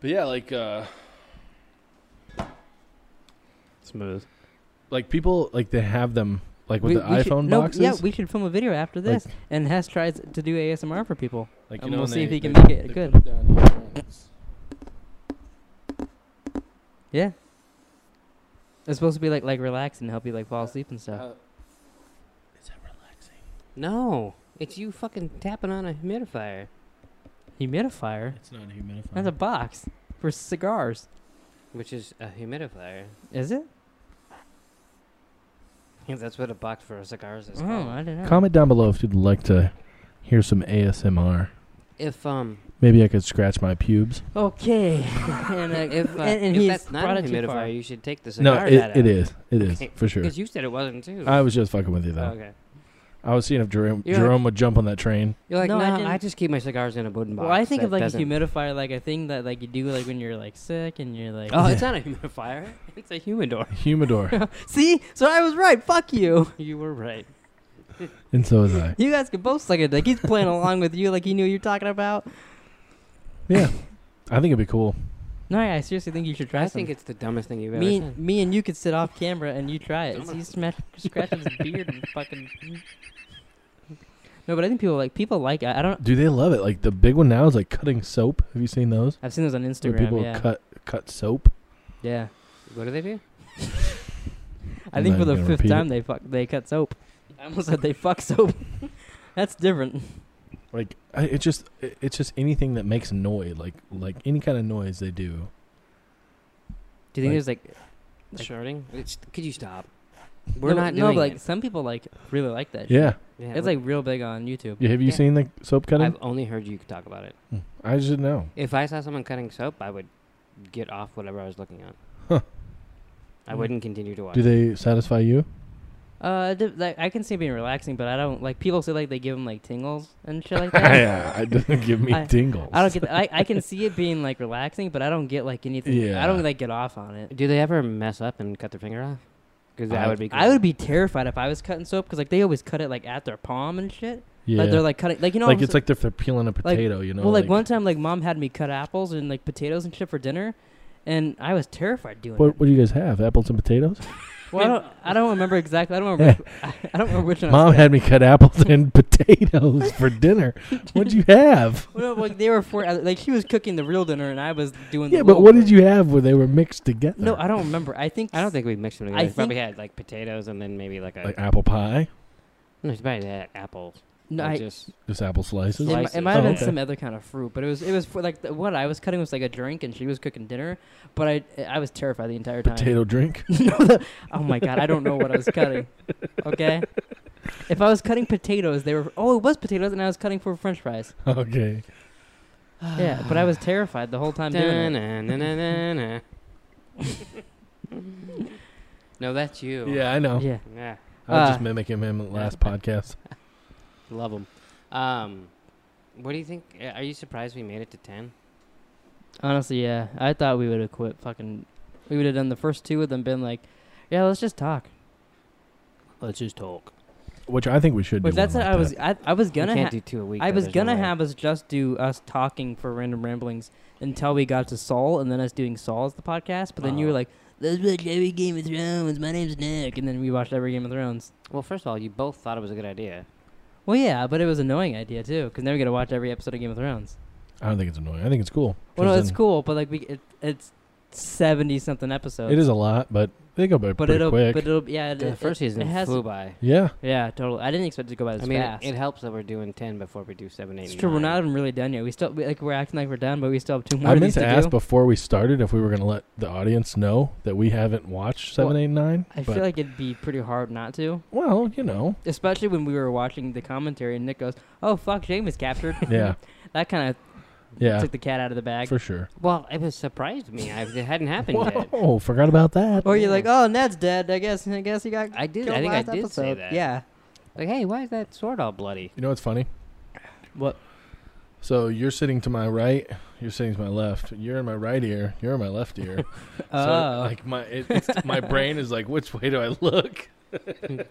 [SPEAKER 3] But yeah, like uh
[SPEAKER 2] smooth.
[SPEAKER 3] like people like they have them like with
[SPEAKER 1] We-
[SPEAKER 3] the
[SPEAKER 1] we should-
[SPEAKER 3] iPhone
[SPEAKER 1] no,
[SPEAKER 3] boxes.
[SPEAKER 1] yeah, we should film a video after
[SPEAKER 3] Like-
[SPEAKER 1] this, and Hess tries to do ASMR for people.
[SPEAKER 3] like,
[SPEAKER 1] and we'll
[SPEAKER 3] when
[SPEAKER 1] see if
[SPEAKER 3] they-
[SPEAKER 1] he can
[SPEAKER 3] they-
[SPEAKER 1] make it
[SPEAKER 3] they
[SPEAKER 1] good.
[SPEAKER 3] put down here.
[SPEAKER 1] Yeah, it's supposed to be like like relax and help you like fall asleep and stuff.
[SPEAKER 3] Uh, is that relaxing?
[SPEAKER 2] No, it's you fucking tapping on a humidifier.
[SPEAKER 1] Humidifier.
[SPEAKER 3] It's not a humidifier.
[SPEAKER 1] That's a box for cigars.
[SPEAKER 2] Which is a humidifier.
[SPEAKER 1] Is it?
[SPEAKER 2] Yeah, That's what a box for cigars is
[SPEAKER 1] Oh,
[SPEAKER 2] called.
[SPEAKER 1] I don't know.
[SPEAKER 3] Comment down below if you'd like to hear some ASMR.
[SPEAKER 2] If um,
[SPEAKER 3] Maybe I could scratch my pubes.
[SPEAKER 1] Okay. and, uh,
[SPEAKER 2] if uh,
[SPEAKER 1] and, and
[SPEAKER 2] if
[SPEAKER 1] he's
[SPEAKER 2] that's not
[SPEAKER 1] brought
[SPEAKER 2] a
[SPEAKER 1] it too far.
[SPEAKER 2] humidifier, you should take the
[SPEAKER 3] No,
[SPEAKER 2] cigar
[SPEAKER 3] it,
[SPEAKER 2] out.
[SPEAKER 3] it is. It is
[SPEAKER 2] Okay,
[SPEAKER 3] for sure.
[SPEAKER 2] Because you said it wasn't too.
[SPEAKER 3] I was just fucking with you
[SPEAKER 2] Oh,
[SPEAKER 3] though.
[SPEAKER 1] Uh,
[SPEAKER 2] okay.
[SPEAKER 3] I was seeing if Jerome,
[SPEAKER 2] You're
[SPEAKER 3] Jerome would jump on that train.
[SPEAKER 2] You're like,
[SPEAKER 1] No,
[SPEAKER 2] no,
[SPEAKER 1] I
[SPEAKER 2] I,
[SPEAKER 1] didn't-
[SPEAKER 2] just keep my cigars in a wooden box.
[SPEAKER 1] Well, I think
[SPEAKER 2] that
[SPEAKER 1] of like
[SPEAKER 2] doesn't-
[SPEAKER 1] a humidifier, like a thing that like you do like when you're like sick and you're like.
[SPEAKER 2] Oh, it's not a humidifier. It's a humidor.
[SPEAKER 3] Humidor.
[SPEAKER 1] see, so I was right. Fuck you.
[SPEAKER 2] You were right.
[SPEAKER 3] and so was I.
[SPEAKER 1] You guys can both suck a dick. He's playing along with you like he knew what you're talking about.
[SPEAKER 3] Yeah. I think it'd be cool.
[SPEAKER 1] No, I seriously think you should try
[SPEAKER 2] I
[SPEAKER 1] some.
[SPEAKER 2] think it's the dumbest thing you've ever
[SPEAKER 1] me,
[SPEAKER 2] said.
[SPEAKER 1] me and you could sit off camera and you try it.
[SPEAKER 2] I'm
[SPEAKER 1] He's smash, scratching his beard and fucking. No, but I think people like people like. I, I don't.
[SPEAKER 3] Do they love it? Like the big one now is like cutting soap. Have you seen those?
[SPEAKER 1] I've seen those on
[SPEAKER 3] Where
[SPEAKER 1] Instagram.
[SPEAKER 3] people
[SPEAKER 1] yeah,
[SPEAKER 3] cut cut soap.
[SPEAKER 1] yeah.
[SPEAKER 2] What do they do?
[SPEAKER 1] I
[SPEAKER 3] I'm
[SPEAKER 1] think
[SPEAKER 3] not
[SPEAKER 1] for the
[SPEAKER 3] even gonna
[SPEAKER 1] fifth
[SPEAKER 3] repeat
[SPEAKER 1] time they fuck they cut soap. I almost said they fuck soap. That's different.
[SPEAKER 3] Like I, it's just it- it's just anything that makes noise. Like like any kind of noise they do.
[SPEAKER 1] Do you think
[SPEAKER 3] Like-
[SPEAKER 1] there's like Like-
[SPEAKER 2] Shorting? It's, could you stop? We're
[SPEAKER 1] no,
[SPEAKER 2] not
[SPEAKER 1] no,
[SPEAKER 2] doing
[SPEAKER 1] but, like
[SPEAKER 2] it.
[SPEAKER 1] some people like really like that. shit.
[SPEAKER 3] Yeah.
[SPEAKER 2] Yeah,
[SPEAKER 1] it's
[SPEAKER 2] we're-
[SPEAKER 1] like real big on YouTube.
[SPEAKER 3] yeah. Have you
[SPEAKER 2] Yeah.
[SPEAKER 3] seen the soap cutting?
[SPEAKER 2] I've only heard you talk about it.
[SPEAKER 3] Hmm. I just didn't know.
[SPEAKER 2] If I saw someone cutting soap, I would get off whatever I was looking at. I wouldn't continue to watch.
[SPEAKER 3] Do
[SPEAKER 2] it.
[SPEAKER 3] they satisfy you?
[SPEAKER 1] Uh, th- like, I can see it being relaxing, but I don't like people say like they give them like tingles and shit like that.
[SPEAKER 3] yeah, it doesn't give me
[SPEAKER 1] I-
[SPEAKER 3] tingles.
[SPEAKER 1] I don't get. That. I I can see it being like relaxing, but I don't get like anything.
[SPEAKER 3] Yeah.
[SPEAKER 1] I don't like get off on it.
[SPEAKER 2] Do they ever mess up and cut their finger off? Because that
[SPEAKER 3] I-
[SPEAKER 2] would be. Cool.
[SPEAKER 1] I would be terrified if I was cutting soap because like they always cut it like at their palm and shit.
[SPEAKER 3] yeah,
[SPEAKER 1] Like they're like cutting like you know
[SPEAKER 3] like
[SPEAKER 1] I'm
[SPEAKER 3] it's
[SPEAKER 1] so-
[SPEAKER 3] like they're, they're peeling a potato. you know,
[SPEAKER 1] well like, one time like mom had me cut apples and like potatoes and shit for dinner, and I was terrified doing it.
[SPEAKER 3] What, what do you guys have? Apples and potatoes?
[SPEAKER 1] Well, I don't I don't remember exactly. I don't remember. which- I, I don't remember which one. I was
[SPEAKER 3] Mom had me cut apples and potatoes for dinner. What'd you have?
[SPEAKER 1] Well, like they were for like she was cooking the real dinner and I was doing. the
[SPEAKER 3] Yeah, but
[SPEAKER 1] little
[SPEAKER 3] what did
[SPEAKER 1] dinner.
[SPEAKER 3] you have where they were mixed together?
[SPEAKER 1] No, I don't remember. I think
[SPEAKER 2] I don't think we mixed them
[SPEAKER 1] I
[SPEAKER 2] together. We probably had like potatoes and then maybe like a.
[SPEAKER 3] like apple pie,
[SPEAKER 2] no, it's probably had apples.
[SPEAKER 1] No,
[SPEAKER 2] Or
[SPEAKER 1] I,
[SPEAKER 2] just
[SPEAKER 3] just apple slices.
[SPEAKER 1] it, mi- it
[SPEAKER 2] slices.
[SPEAKER 1] might have
[SPEAKER 3] Oh,
[SPEAKER 1] been
[SPEAKER 3] okay.
[SPEAKER 1] some other kind of fruit, but it was it was for like the, what I was cutting was like a drink and she was cooking dinner, but I I was terrified the entire time.
[SPEAKER 3] Potato drink.
[SPEAKER 1] No, the- oh my god, I don't know what I was cutting. Okay. If I was cutting potatoes, they were oh it was potatoes and I was cutting for French fries.
[SPEAKER 3] Okay.
[SPEAKER 1] Yeah, but I was terrified the whole time doing it.
[SPEAKER 2] Da-na-na-na-na. no, that's you.
[SPEAKER 3] Yeah, I know.
[SPEAKER 1] Yeah.
[SPEAKER 2] Yeah.
[SPEAKER 3] I was
[SPEAKER 1] Uh,
[SPEAKER 3] just mimicking him in the last podcast.
[SPEAKER 2] Love them. Um, what do you think? uh, Are you surprised we made it to 10?
[SPEAKER 1] Honestly, yeah, I thought we would have quit. Fucking, we would have done the first two of them. Been like, yeah, let's just talk.
[SPEAKER 2] Let's just talk.
[SPEAKER 3] Which I think we should
[SPEAKER 1] But
[SPEAKER 3] do.
[SPEAKER 1] that's
[SPEAKER 3] one
[SPEAKER 1] what
[SPEAKER 3] like
[SPEAKER 1] I was. I, I was
[SPEAKER 2] we
[SPEAKER 1] gonna.
[SPEAKER 2] can't
[SPEAKER 1] Ha-
[SPEAKER 2] do two a week.
[SPEAKER 1] I
[SPEAKER 2] though,
[SPEAKER 1] was
[SPEAKER 2] there's no
[SPEAKER 1] gonna
[SPEAKER 2] way.
[SPEAKER 1] have us just do us talking for random ramblings until we got to Saul, and then us doing Saul as the podcast. But then you were
[SPEAKER 2] Uh-huh.
[SPEAKER 1] like, "Let's watch every Game of Thrones." My name's Nick, and then we watched every Game of Thrones.
[SPEAKER 2] Well, first of all, you both thought it was a good idea.
[SPEAKER 1] Well, yeah, but it was an annoying idea too, because now we got to watch every episode of Game of Thrones.
[SPEAKER 3] I don't think it's annoying. I think it's cool.
[SPEAKER 1] Well, no,
[SPEAKER 3] 'Cause
[SPEAKER 1] it's
[SPEAKER 3] then-
[SPEAKER 1] cool, but like we, it, it's seventy something episodes.
[SPEAKER 3] It is a lot, but they go by
[SPEAKER 1] but
[SPEAKER 3] pretty
[SPEAKER 1] it'll,
[SPEAKER 3] quick.
[SPEAKER 1] but it'll, yeah. It,
[SPEAKER 2] The
[SPEAKER 1] it-
[SPEAKER 2] first
[SPEAKER 1] it,
[SPEAKER 2] season
[SPEAKER 1] it has,
[SPEAKER 2] flew by.
[SPEAKER 3] yeah.
[SPEAKER 1] Yeah, totally. I didn't expect it to go by as
[SPEAKER 2] I mean, it,
[SPEAKER 1] fast.
[SPEAKER 2] it helps that we're doing 10 before we do 7, 8,
[SPEAKER 1] it's
[SPEAKER 2] and
[SPEAKER 1] true. We're
[SPEAKER 2] nine.
[SPEAKER 1] not even really done yet. We still we, like we're acting like we're done, but we still have two more.
[SPEAKER 3] I
[SPEAKER 1] of
[SPEAKER 3] meant
[SPEAKER 1] these
[SPEAKER 3] to ask
[SPEAKER 1] do.
[SPEAKER 3] before we started if we were going to let the audience know that we haven't watched
[SPEAKER 1] Well,
[SPEAKER 3] seven, eight, nine.
[SPEAKER 1] I
[SPEAKER 3] but,
[SPEAKER 1] feel like it'd be pretty hard not to,
[SPEAKER 3] well, you know,
[SPEAKER 1] especially when we were watching the commentary and Nick goes, "Oh fuck, James captured."
[SPEAKER 3] yeah,
[SPEAKER 1] that kind of
[SPEAKER 3] yeah,
[SPEAKER 1] took the cat out of the bag.
[SPEAKER 3] for sure.
[SPEAKER 2] Well, it was surprised me. I, it hadn't happened yet.
[SPEAKER 3] Whoa, forgot about that.
[SPEAKER 1] or you're like, "Oh, Ned's dead." I guess. I guess he got.
[SPEAKER 2] I did.
[SPEAKER 1] killed
[SPEAKER 2] I think I
[SPEAKER 1] last
[SPEAKER 2] did say
[SPEAKER 1] episode."
[SPEAKER 2] that.
[SPEAKER 1] Yeah.
[SPEAKER 2] Like, hey, why is that sword all bloody?
[SPEAKER 3] You know what's funny?
[SPEAKER 1] What?
[SPEAKER 3] So you're sitting to my right, you're sitting to my left. You're in my right ear, you're in my left ear. so
[SPEAKER 1] oh,
[SPEAKER 3] like my it, it's, my brain is like, which way do I look?
[SPEAKER 2] Could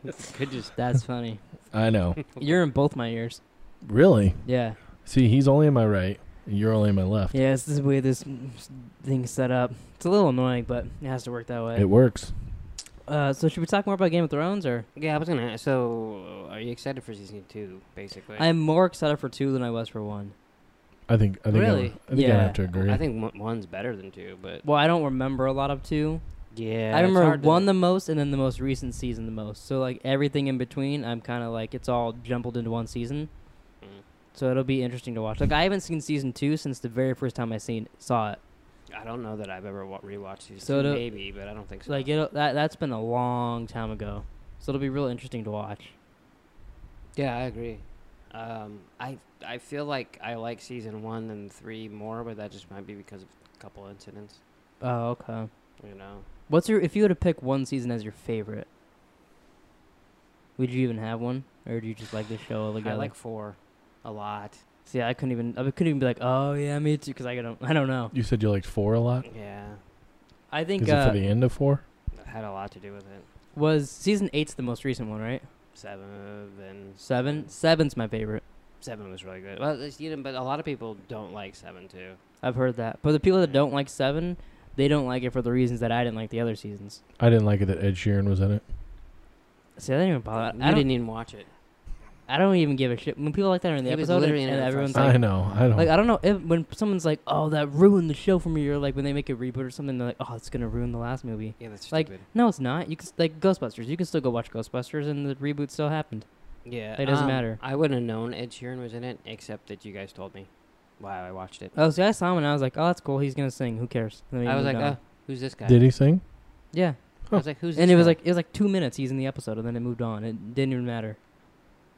[SPEAKER 2] just.
[SPEAKER 1] Oh, that's funny.
[SPEAKER 3] I know.
[SPEAKER 1] You're in both my ears.
[SPEAKER 3] really?
[SPEAKER 1] Yeah.
[SPEAKER 3] See, he's only in my right, and you're only in my left.
[SPEAKER 1] Yeah. It's the way this thing's set up. It's a little annoying, but it has to work that way.
[SPEAKER 3] It works.
[SPEAKER 1] Uh, so should we talk more about Game of Thrones or?
[SPEAKER 2] Yeah, I was gonna. So, are you excited for season two? Basically,
[SPEAKER 1] I'm more excited for two than I was for one.
[SPEAKER 3] I think. I think.
[SPEAKER 2] Really?
[SPEAKER 3] I, I think I
[SPEAKER 1] Yeah.
[SPEAKER 3] have to agree.
[SPEAKER 2] I think one- one's better than two, but
[SPEAKER 1] Well, I don't remember a lot of two.
[SPEAKER 2] yeah,
[SPEAKER 1] I
[SPEAKER 2] it's
[SPEAKER 1] remember
[SPEAKER 2] hard to-
[SPEAKER 1] one the most, and then the most recent season the most. So like everything in between, I'm kind of like it's all jumbled into one season.
[SPEAKER 2] Mm.
[SPEAKER 1] So it'll be interesting to watch. Like I haven't seen season two since the very first time I seen saw it.
[SPEAKER 2] I don't know that I've ever wa- rewatched season
[SPEAKER 1] So
[SPEAKER 2] two.
[SPEAKER 1] it'll-
[SPEAKER 2] Maybe, but I don't think so.
[SPEAKER 1] So like it'll, that that's been a long time ago. So it'll be real interesting to watch.
[SPEAKER 2] yeah, I agree. Um, I I feel like I like season one and three more, but that just might be because of a couple incidents.
[SPEAKER 1] Oh okay.
[SPEAKER 2] You know,
[SPEAKER 1] What's your if you were to pick one season as your favorite? Would you even have one, or do you just like the show
[SPEAKER 2] I
[SPEAKER 1] altogether?
[SPEAKER 2] like uh, four a lot.
[SPEAKER 1] See, I couldn't even. I couldn't even be like, oh yeah, me too, because I don't. I don't know.
[SPEAKER 3] you said you liked four a
[SPEAKER 2] Uh
[SPEAKER 3] lot.
[SPEAKER 2] Yeah,
[SPEAKER 1] I think
[SPEAKER 3] Is
[SPEAKER 1] uh,
[SPEAKER 3] it for the end of four?
[SPEAKER 2] that had a lot to do with it.
[SPEAKER 1] was season eight's the most recent one, right?
[SPEAKER 2] Seven,
[SPEAKER 1] Seven. Seven's my favorite.
[SPEAKER 2] seven was really good. Well, it's, you know, but a lot of people don't like seven too.
[SPEAKER 1] I've heard that. But the people that don't like seven, they don't like it for the reasons that I didn't like the other seasons.
[SPEAKER 3] I didn't like it that Ed Sheeran was in it.
[SPEAKER 1] See, I didn't even bother.
[SPEAKER 2] you
[SPEAKER 1] I don't,
[SPEAKER 2] didn't e- even watch it.
[SPEAKER 1] I don't even give a shit when people like that are in the
[SPEAKER 2] He was
[SPEAKER 1] episode, and,
[SPEAKER 2] literally in
[SPEAKER 1] and
[SPEAKER 2] it for
[SPEAKER 1] everyone's
[SPEAKER 2] five
[SPEAKER 3] I
[SPEAKER 1] like,
[SPEAKER 3] know. I don't.
[SPEAKER 1] like, I don't know if when someone's like, oh, that ruined the show for me. You're like, when they make a reboot or something, they're like, oh, it's gonna ruin the last movie.
[SPEAKER 2] Yeah, that's
[SPEAKER 1] Like-
[SPEAKER 2] stupid.
[SPEAKER 1] No, it's not. You can s- like Ghostbusters. You can still go watch Ghostbusters, and the reboot still happened.
[SPEAKER 2] yeah, um,
[SPEAKER 1] it doesn't matter.
[SPEAKER 2] I wouldn't have known Ed Sheeran was in it except that you guys told me. Wow, I watched it.
[SPEAKER 1] Oh, see, I saw him, and I was like, oh, that's cool. He's gonna sing. Who cares? And then we
[SPEAKER 2] I was
[SPEAKER 1] moved
[SPEAKER 2] like,
[SPEAKER 1] on.
[SPEAKER 2] oh, who's this guy?
[SPEAKER 3] Did he sing?
[SPEAKER 1] yeah.
[SPEAKER 2] I was like, who's?
[SPEAKER 1] And
[SPEAKER 2] this
[SPEAKER 1] it was
[SPEAKER 2] guy?
[SPEAKER 1] like it was like two minutes. He's in the episode, and then it moved on. It didn't even matter.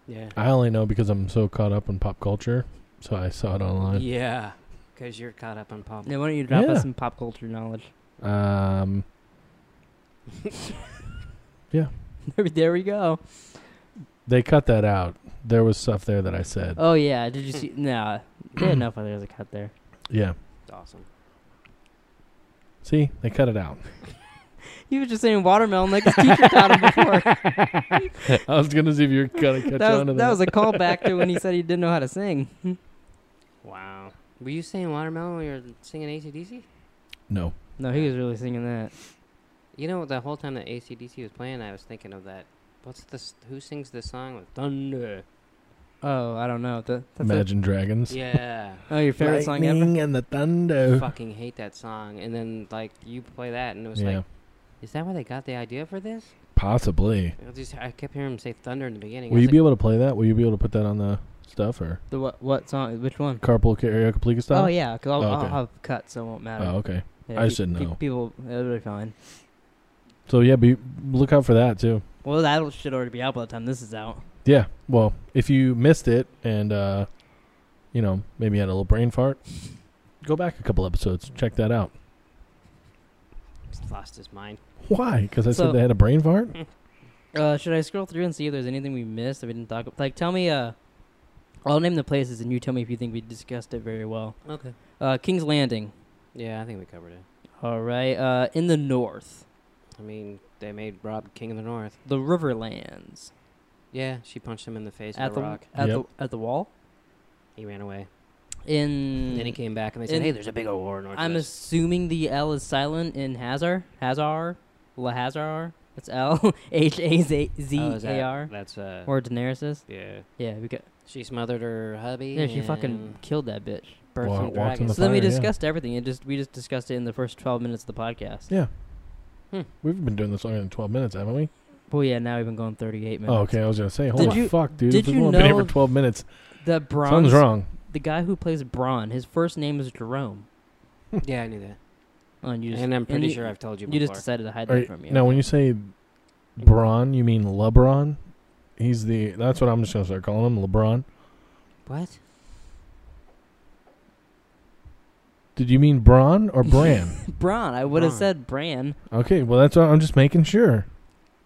[SPEAKER 2] yeah,
[SPEAKER 3] I only know because I'm so caught up in pop culture, so I saw it online.
[SPEAKER 2] yeah, because you're caught up on pop.
[SPEAKER 1] Now, why don't you drop
[SPEAKER 3] Yeah.
[SPEAKER 1] us some pop culture knowledge?
[SPEAKER 3] Um, Yeah.
[SPEAKER 1] there, there we go.
[SPEAKER 3] They cut that out. There was stuff there that I said.
[SPEAKER 1] Oh yeah, did you see? Nah, they had enough of there's a cut there.
[SPEAKER 3] Yeah.
[SPEAKER 2] It's awesome.
[SPEAKER 3] See, they cut it out.
[SPEAKER 1] He was just saying watermelon like his teacher taught him before.
[SPEAKER 3] I was gonna see if you were gonna catch
[SPEAKER 1] that,
[SPEAKER 3] on to
[SPEAKER 1] was, that was a callback to when he said he didn't know how to sing.
[SPEAKER 2] Wow. Were you saying watermelon when you were singing ACDC?
[SPEAKER 3] no.
[SPEAKER 1] No, he was really singing that.
[SPEAKER 2] You know, the whole time that ACDC was playing, I was thinking of that. What's this? Who sings this song with thunder?
[SPEAKER 1] Oh, I don't know. The, that's it.
[SPEAKER 3] Imagine Dragons.
[SPEAKER 2] Yeah.
[SPEAKER 1] Oh, your favorite song ever?
[SPEAKER 3] Lightning and the thunder.
[SPEAKER 2] fucking hate that song. And then, like, you play that, and it was
[SPEAKER 3] yeah,
[SPEAKER 2] like, is that where they got the idea for this?
[SPEAKER 3] possibly.
[SPEAKER 2] I, just, I kept hearing him say thunder in the beginning. I
[SPEAKER 3] Will
[SPEAKER 2] was
[SPEAKER 3] you
[SPEAKER 2] like,
[SPEAKER 3] be able to play that? Will you be able to put that on the stuff or
[SPEAKER 1] The what? What song? Which one?
[SPEAKER 3] carpool karaoke Pleca style?
[SPEAKER 1] Oh yeah, because I'll,
[SPEAKER 3] Oh,
[SPEAKER 1] I'll
[SPEAKER 3] okay.
[SPEAKER 1] have cuts, so it won't matter.
[SPEAKER 3] Oh, okay.
[SPEAKER 1] Yeah,
[SPEAKER 3] I just didn't know.
[SPEAKER 1] People, it'll be fine.
[SPEAKER 3] So yeah, be look out for that too.
[SPEAKER 1] Well, that should already be out by the time this is out.
[SPEAKER 3] Yeah. Well, if you missed it and uh you know, maybe had a little brain fart, go back a couple episodes, check that out.
[SPEAKER 2] "He's lost his mind.
[SPEAKER 3] Why? Cuz I
[SPEAKER 1] So-
[SPEAKER 3] said they had a brain fart?
[SPEAKER 1] Uh, should I scroll through and see if there's anything we missed that we didn't talk about? Like, tell me, uh, I'll name the places and you tell me if you think we discussed it very well.
[SPEAKER 2] Okay.
[SPEAKER 1] Uh, King's Landing.
[SPEAKER 2] Yeah, I think we covered it.
[SPEAKER 1] All right. Uh, in the north,
[SPEAKER 2] I mean, they made Rob King of the North.
[SPEAKER 1] the Riverlands.
[SPEAKER 2] Yeah, she punched him in the face
[SPEAKER 1] At
[SPEAKER 2] with
[SPEAKER 1] the
[SPEAKER 2] a rock.
[SPEAKER 1] at
[SPEAKER 3] Yep.
[SPEAKER 1] the at the wall.
[SPEAKER 2] He ran away.
[SPEAKER 1] In
[SPEAKER 2] Then he came back, and they said,
[SPEAKER 1] Mm. And-
[SPEAKER 2] hey, there's a big old war north. of
[SPEAKER 1] I'm
[SPEAKER 2] us."
[SPEAKER 1] assuming the L is silent in Hazar. Hazar. La Hazar. It's L H A Z Z
[SPEAKER 2] Oh, is that-
[SPEAKER 1] A R.
[SPEAKER 2] That's, uh,
[SPEAKER 1] Or Daenerys is.
[SPEAKER 2] yeah.
[SPEAKER 1] Yeah, we got.
[SPEAKER 2] She smothered her hubby.
[SPEAKER 1] Yeah, she fucking
[SPEAKER 2] and
[SPEAKER 1] killed that bitch.
[SPEAKER 2] birthed
[SPEAKER 3] Wa-
[SPEAKER 2] some
[SPEAKER 3] walked in
[SPEAKER 2] dragons.
[SPEAKER 3] the
[SPEAKER 1] So then we
[SPEAKER 3] Fire, yeah.
[SPEAKER 1] discussed everything. It just we just discussed it in the first twelve minutes of the podcast.
[SPEAKER 3] Yeah.
[SPEAKER 2] Hmm.
[SPEAKER 3] We've been doing this longer than 12 minutes, haven't we?
[SPEAKER 1] Well, yeah. Now we've been going thirty-eight minutes.
[SPEAKER 3] Oh, okay. I was going to say,
[SPEAKER 1] Did
[SPEAKER 3] holy
[SPEAKER 1] you-
[SPEAKER 3] fuck, dude.
[SPEAKER 1] did
[SPEAKER 3] if we've
[SPEAKER 1] you
[SPEAKER 3] only been here
[SPEAKER 1] know
[SPEAKER 3] for 12 minutes,
[SPEAKER 1] The bronze.
[SPEAKER 3] something's wrong.
[SPEAKER 1] The guy who plays Braun. His first name is Jerome.
[SPEAKER 2] yeah, I knew that.
[SPEAKER 1] Oh, and you just
[SPEAKER 2] and I'm pretty
[SPEAKER 1] you-
[SPEAKER 2] sure I've told you
[SPEAKER 1] You
[SPEAKER 2] before.
[SPEAKER 1] just decided to hide
[SPEAKER 3] All
[SPEAKER 1] that
[SPEAKER 3] right,
[SPEAKER 1] from me.
[SPEAKER 3] Now, when you say Braun, you mean LeBron? He's the. That's what I'm just going to start calling him, LeBron.
[SPEAKER 2] what?
[SPEAKER 3] Did you mean Braun or Bran?
[SPEAKER 1] Braun, I would have
[SPEAKER 2] Braun.
[SPEAKER 1] said Bran.
[SPEAKER 3] okay, well, that's what I'm just making sure.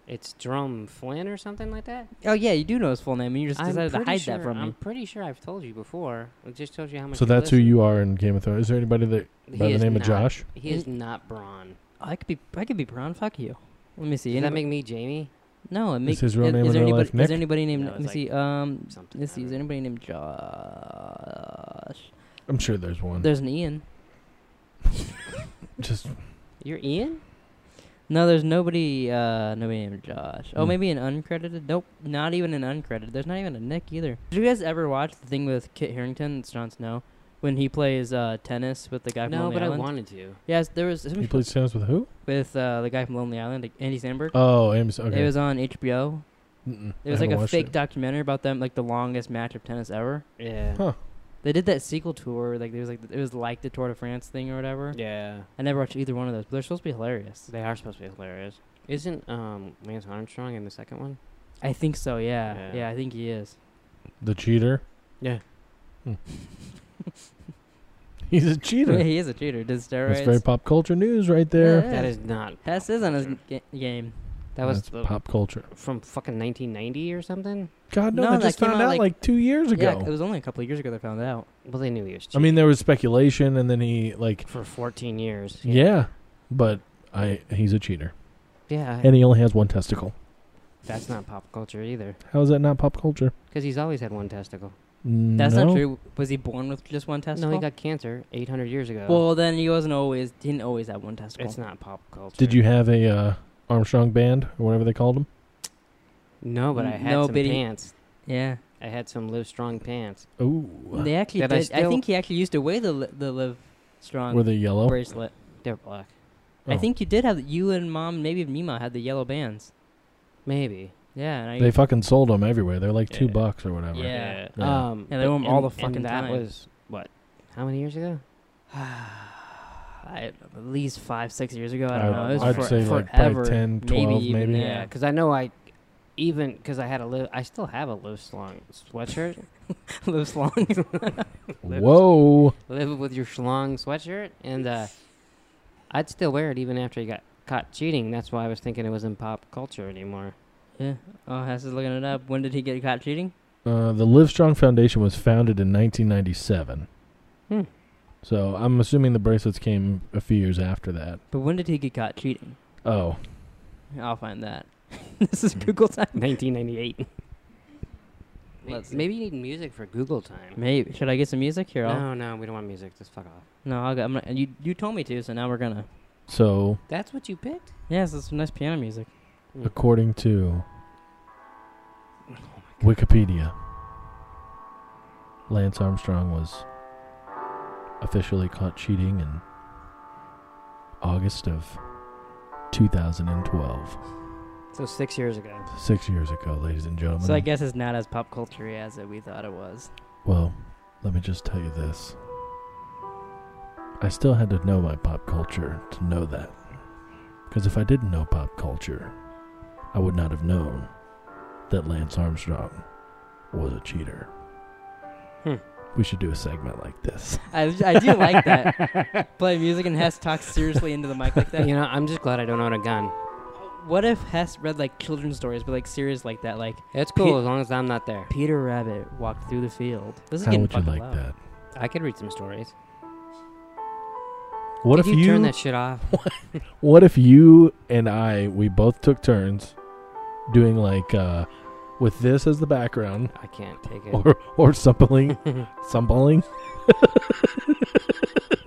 [SPEAKER 2] It's Jerome Flynn or something like that.
[SPEAKER 1] Oh yeah, you do know his full name, and you just
[SPEAKER 2] I'm
[SPEAKER 1] decided to
[SPEAKER 2] pretty
[SPEAKER 1] hide
[SPEAKER 2] sure-
[SPEAKER 1] that from
[SPEAKER 2] I'm
[SPEAKER 1] me.
[SPEAKER 2] pretty sure I've told you before. I just told you how much.
[SPEAKER 3] So that's who you are in Game of Thrones. Is there anybody that
[SPEAKER 2] listen.
[SPEAKER 3] by
[SPEAKER 2] He
[SPEAKER 3] the
[SPEAKER 2] is
[SPEAKER 3] name
[SPEAKER 2] not-
[SPEAKER 3] of Josh?
[SPEAKER 2] He is not Braun.
[SPEAKER 1] I could be, I could be Braun. Fuck you. Let me see.
[SPEAKER 2] Does that
[SPEAKER 1] Anybody-
[SPEAKER 2] make me Jamie?
[SPEAKER 1] no, it makes
[SPEAKER 3] his real
[SPEAKER 1] is,
[SPEAKER 3] name
[SPEAKER 1] is
[SPEAKER 3] in
[SPEAKER 1] there
[SPEAKER 3] real
[SPEAKER 1] anybody,
[SPEAKER 3] life Nick?
[SPEAKER 1] Is there anybody named?
[SPEAKER 2] No,
[SPEAKER 1] let me
[SPEAKER 2] it's like
[SPEAKER 1] see. Um,
[SPEAKER 2] Something.
[SPEAKER 1] let's see.
[SPEAKER 2] I
[SPEAKER 1] Is
[SPEAKER 2] don't know.
[SPEAKER 1] anybody named Josh?
[SPEAKER 3] I'm sure there's one.
[SPEAKER 1] There's an Ian.
[SPEAKER 3] just
[SPEAKER 2] You're Ian?
[SPEAKER 1] No, there's nobody. Uh, nobody named Josh. Oh,
[SPEAKER 3] Hmm.
[SPEAKER 1] maybe an uncredited. Nope, not even an uncredited. There's not even a Nick either. Did you guys ever watch the thing with Kit Harrington? It's Jon Snow when he plays uh, tennis with the guy from
[SPEAKER 2] no,
[SPEAKER 1] Lonely
[SPEAKER 2] but I
[SPEAKER 1] Island.
[SPEAKER 2] wanted to.
[SPEAKER 1] Yes, there was
[SPEAKER 3] he plays tennis with who?
[SPEAKER 1] with uh, the guy from Lonely Island, like, Andy Samberg.
[SPEAKER 3] Oh, Ames. Okay.
[SPEAKER 1] It was on HBO.
[SPEAKER 3] Mm-mm.
[SPEAKER 1] It
[SPEAKER 3] I
[SPEAKER 1] was like
[SPEAKER 3] haven't
[SPEAKER 1] a
[SPEAKER 3] watched
[SPEAKER 1] fake
[SPEAKER 3] it.
[SPEAKER 1] documentary about them, like the longest match of tennis ever.
[SPEAKER 2] Yeah.
[SPEAKER 3] Huh.
[SPEAKER 1] They did that sequel tour, like there was like it was like the Tour de France thing or whatever.
[SPEAKER 2] Yeah.
[SPEAKER 1] I never watched either one of those, but they're supposed to be hilarious.
[SPEAKER 2] They are supposed to be hilarious. Isn't um, Lance Armstrong in the second one?
[SPEAKER 1] I think so. Yeah, yeah,
[SPEAKER 2] Yeah.
[SPEAKER 1] I think he is.
[SPEAKER 3] The cheater.
[SPEAKER 2] Yeah.
[SPEAKER 3] Hmm. He's a cheater.
[SPEAKER 1] he is a cheater. Did
[SPEAKER 3] That's
[SPEAKER 1] steroids.
[SPEAKER 3] very pop culture news right there.
[SPEAKER 1] Yeah.
[SPEAKER 2] That is not.
[SPEAKER 1] Hess
[SPEAKER 2] pop
[SPEAKER 1] is on his
[SPEAKER 2] culture.
[SPEAKER 1] ga- game.
[SPEAKER 2] That was
[SPEAKER 3] That's
[SPEAKER 2] the-
[SPEAKER 3] pop culture.
[SPEAKER 2] from fucking 1990 or something.
[SPEAKER 3] God no,
[SPEAKER 1] No,
[SPEAKER 3] I
[SPEAKER 1] that
[SPEAKER 3] just
[SPEAKER 1] came
[SPEAKER 3] found
[SPEAKER 1] out
[SPEAKER 3] out
[SPEAKER 1] like-
[SPEAKER 3] like, two years
[SPEAKER 1] Yeah,
[SPEAKER 3] ago.
[SPEAKER 1] it was only a couple of years ago they found out.
[SPEAKER 2] Well, they knew he was. Cheating
[SPEAKER 3] I mean, there was speculation, and then he like,
[SPEAKER 2] for 14 years.
[SPEAKER 3] yeah, but I he's a cheater,
[SPEAKER 2] Yeah.
[SPEAKER 3] and he only has one testicle.
[SPEAKER 2] that's not pop culture either,
[SPEAKER 3] How is that not pop culture?
[SPEAKER 2] because he's always had one testicle.
[SPEAKER 1] That's
[SPEAKER 3] no.
[SPEAKER 1] not true. Was he born with just one testicle?
[SPEAKER 2] No, he got cancer 800 years ago.
[SPEAKER 1] well, then he wasn't always he didn't always have one testicle.
[SPEAKER 2] it's not pop culture.
[SPEAKER 3] Did you have a uh, Armstrong band or whatever they called him?
[SPEAKER 2] No, but I
[SPEAKER 1] N-
[SPEAKER 2] had some
[SPEAKER 1] nobody-
[SPEAKER 2] pants.
[SPEAKER 1] Yeah.
[SPEAKER 2] I had some Live Strong pants.
[SPEAKER 3] Ooh,
[SPEAKER 1] They actually
[SPEAKER 2] That I
[SPEAKER 1] did. I,
[SPEAKER 2] still-
[SPEAKER 1] think he actually used to wear the li- the live strong
[SPEAKER 3] were they yellow?
[SPEAKER 1] bracelet.
[SPEAKER 2] They're black.
[SPEAKER 1] um, I
[SPEAKER 3] Oh.
[SPEAKER 1] think you did have you and mom, maybe Mima had the yellow bands.
[SPEAKER 2] Maybe.
[SPEAKER 1] Yeah, and I,
[SPEAKER 3] They fucking sold them everywhere. They're like two
[SPEAKER 2] Yeah.
[SPEAKER 3] bucks or whatever.
[SPEAKER 1] Yeah.
[SPEAKER 3] Yeah.
[SPEAKER 2] Um.
[SPEAKER 1] Yeah, they
[SPEAKER 2] but-
[SPEAKER 1] wore 'em all the
[SPEAKER 2] and- and
[SPEAKER 1] fucking
[SPEAKER 2] that
[SPEAKER 1] time.
[SPEAKER 2] was what? How many years ago?
[SPEAKER 1] I- at least five, six years ago. I don't know. It was
[SPEAKER 3] I'd,
[SPEAKER 2] I'd
[SPEAKER 1] for-
[SPEAKER 3] say like
[SPEAKER 1] forever.
[SPEAKER 3] probably 10, 12 maybe.
[SPEAKER 1] even then. Yeah.
[SPEAKER 2] Yeah, because I know I even because I had a live. I still have a Live Strong sweatshirt.
[SPEAKER 1] lives long.
[SPEAKER 3] Whoa.
[SPEAKER 2] live with your schlong sweatshirt, and uh, I'd still wear it even after I got caught cheating. That's why I was thinking it was in pop culture anymore.
[SPEAKER 1] Yeah. Oh, Hess is looking it up. When did he get caught cheating?
[SPEAKER 3] Uh, the Livestrong Foundation was founded in 1997.
[SPEAKER 2] Hmm.
[SPEAKER 3] So I'm assuming the bracelets came a few years after that.
[SPEAKER 1] But when did he get caught cheating?
[SPEAKER 3] Oh,
[SPEAKER 1] I'll find that. this is Google time.
[SPEAKER 2] 1998.
[SPEAKER 1] Let's see.
[SPEAKER 2] Maybe you need music for Google time.
[SPEAKER 1] Maybe should I get some music here? I'll-
[SPEAKER 2] No, no, we don't want music. Just fuck off.
[SPEAKER 1] No, I'll go. I'm gonna, you you told me to, so now we're gonna.
[SPEAKER 3] so
[SPEAKER 2] That's what you picked?
[SPEAKER 1] Yes, that's some nice piano music.
[SPEAKER 3] according to Wikipedia, Lance Armstrong was officially caught cheating in August of 2012.
[SPEAKER 2] So six years ago.
[SPEAKER 3] Six years ago, ladies and gentlemen.
[SPEAKER 1] So I guess it's not as pop culture as it we thought it was.
[SPEAKER 3] Well, let me just tell you this. I still had to know my pop culture to know that. Because if I didn't know pop culture, I would not have known that Lance Armstrong was a cheater.
[SPEAKER 2] Hmm.
[SPEAKER 3] We should do a segment like this.
[SPEAKER 1] I, I do like that. Play music and Hess talks seriously into the mic like that.
[SPEAKER 2] uh, you know, I'm just glad I don't own a gun.
[SPEAKER 1] What if Hess read like children's stories, but like serious like that, like
[SPEAKER 2] It's
[SPEAKER 1] Pe-
[SPEAKER 2] cool as long as I'm not there.
[SPEAKER 1] Peter Rabbit walked through the field. This is
[SPEAKER 3] How
[SPEAKER 1] getting
[SPEAKER 3] would you
[SPEAKER 1] fucking
[SPEAKER 3] like
[SPEAKER 1] loud.
[SPEAKER 3] that?
[SPEAKER 2] I could read some stories.
[SPEAKER 3] What
[SPEAKER 2] Could
[SPEAKER 3] if
[SPEAKER 2] you
[SPEAKER 3] you
[SPEAKER 2] turn that shit off?
[SPEAKER 3] What if you and I we both took turns doing like uh with this as the background
[SPEAKER 2] I can't take it.
[SPEAKER 3] or or something Something,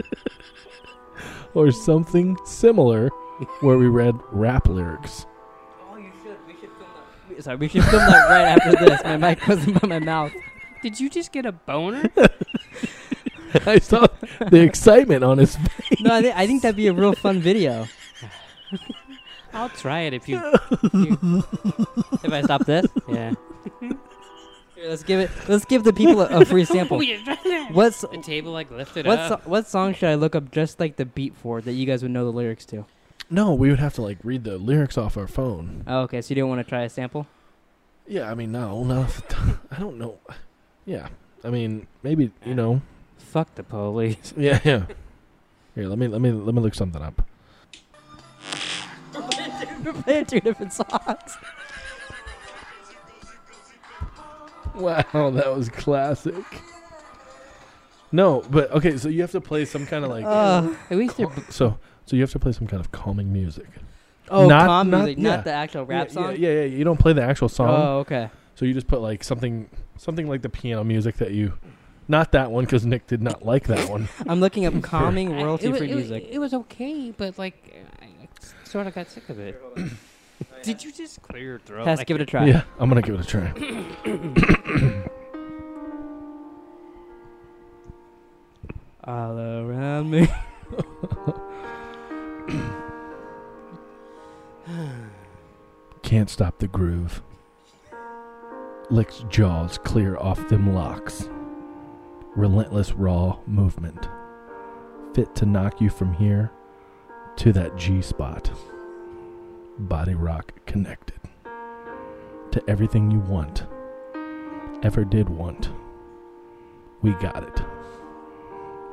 [SPEAKER 3] or something similar where we read rap lyrics.
[SPEAKER 1] Oh, you should. We should film that. sorry, we should film that right after this. My mic wasn't by my mouth.
[SPEAKER 2] Did you just get a boner?
[SPEAKER 3] I saw the excitement on his
[SPEAKER 1] No, I, thi- I think that'd be a real fun video.
[SPEAKER 2] I'll try it if you.
[SPEAKER 1] If I stop this,
[SPEAKER 2] Yeah.
[SPEAKER 1] Here, let's give it. Let's give the people a, a free sample. What's
[SPEAKER 2] The table like lifted
[SPEAKER 1] what
[SPEAKER 2] up.
[SPEAKER 1] so, what song should I look up just like the beat for that you guys would know the lyrics to?
[SPEAKER 3] No, we would have to like read the lyrics off our phone.
[SPEAKER 1] Oh, okay, so you didn't want to try a sample?
[SPEAKER 3] Yeah, I mean, no, not off the top. I don't know. Yeah, I mean, maybe you know.
[SPEAKER 2] Fuck the police.
[SPEAKER 3] Yeah, yeah. Here, let me let me let me look something up.
[SPEAKER 1] We're playing two different songs.
[SPEAKER 3] Wow, that was classic. No, but okay, so you have to play some kind of like
[SPEAKER 1] Uh,
[SPEAKER 2] At least they're.
[SPEAKER 3] so so you have to play some kind of calming music.
[SPEAKER 1] oh,
[SPEAKER 3] Not-
[SPEAKER 1] calm
[SPEAKER 3] not-
[SPEAKER 1] music, not
[SPEAKER 3] yeah.
[SPEAKER 1] the actual rap
[SPEAKER 3] yeah,
[SPEAKER 1] song.
[SPEAKER 3] Yeah, yeah, yeah, You don't play the actual song,
[SPEAKER 1] Oh, okay.
[SPEAKER 3] so you just put like something, something like the piano music that you, not that one because Nick did not like that one.
[SPEAKER 1] I'm looking up calming
[SPEAKER 2] I-
[SPEAKER 1] royalty
[SPEAKER 2] it wa-
[SPEAKER 1] free
[SPEAKER 2] it wa-
[SPEAKER 1] music.
[SPEAKER 2] It was okay, but like, I sort of got sick of it. Did you just clear your throat?
[SPEAKER 1] Has
[SPEAKER 2] Like,
[SPEAKER 1] give it a try.
[SPEAKER 3] Yeah, I'm gonna give it a try.
[SPEAKER 1] All around me.
[SPEAKER 3] Can't stop the groove. Licks jaws clear off them locks. Relentless raw movement. Fit to knock you from here to that G spot. Body rock connected. To everything you want. Ever did want. We got it.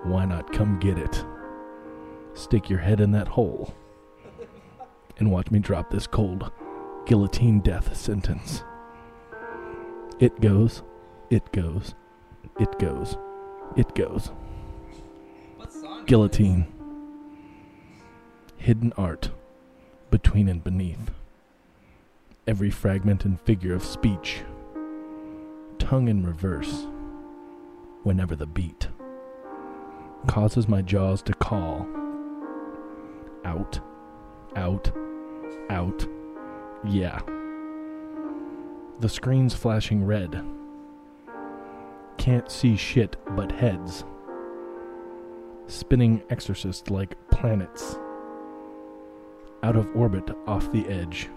[SPEAKER 3] Why not come get it? Stick your head in that hole and watch me drop this cold guillotine death sentence. It goes, it goes, it goes, it goes. Guillotine. Hidden art between and beneath. Every fragment and figure of speech. Tongue in reverse. Whenever the beat causes my jaws to call. Out, out, out. Yeah. The screen's flashing red. Can't see shit but heads. Spinning exorcist like planets. Out of orbit off the edge.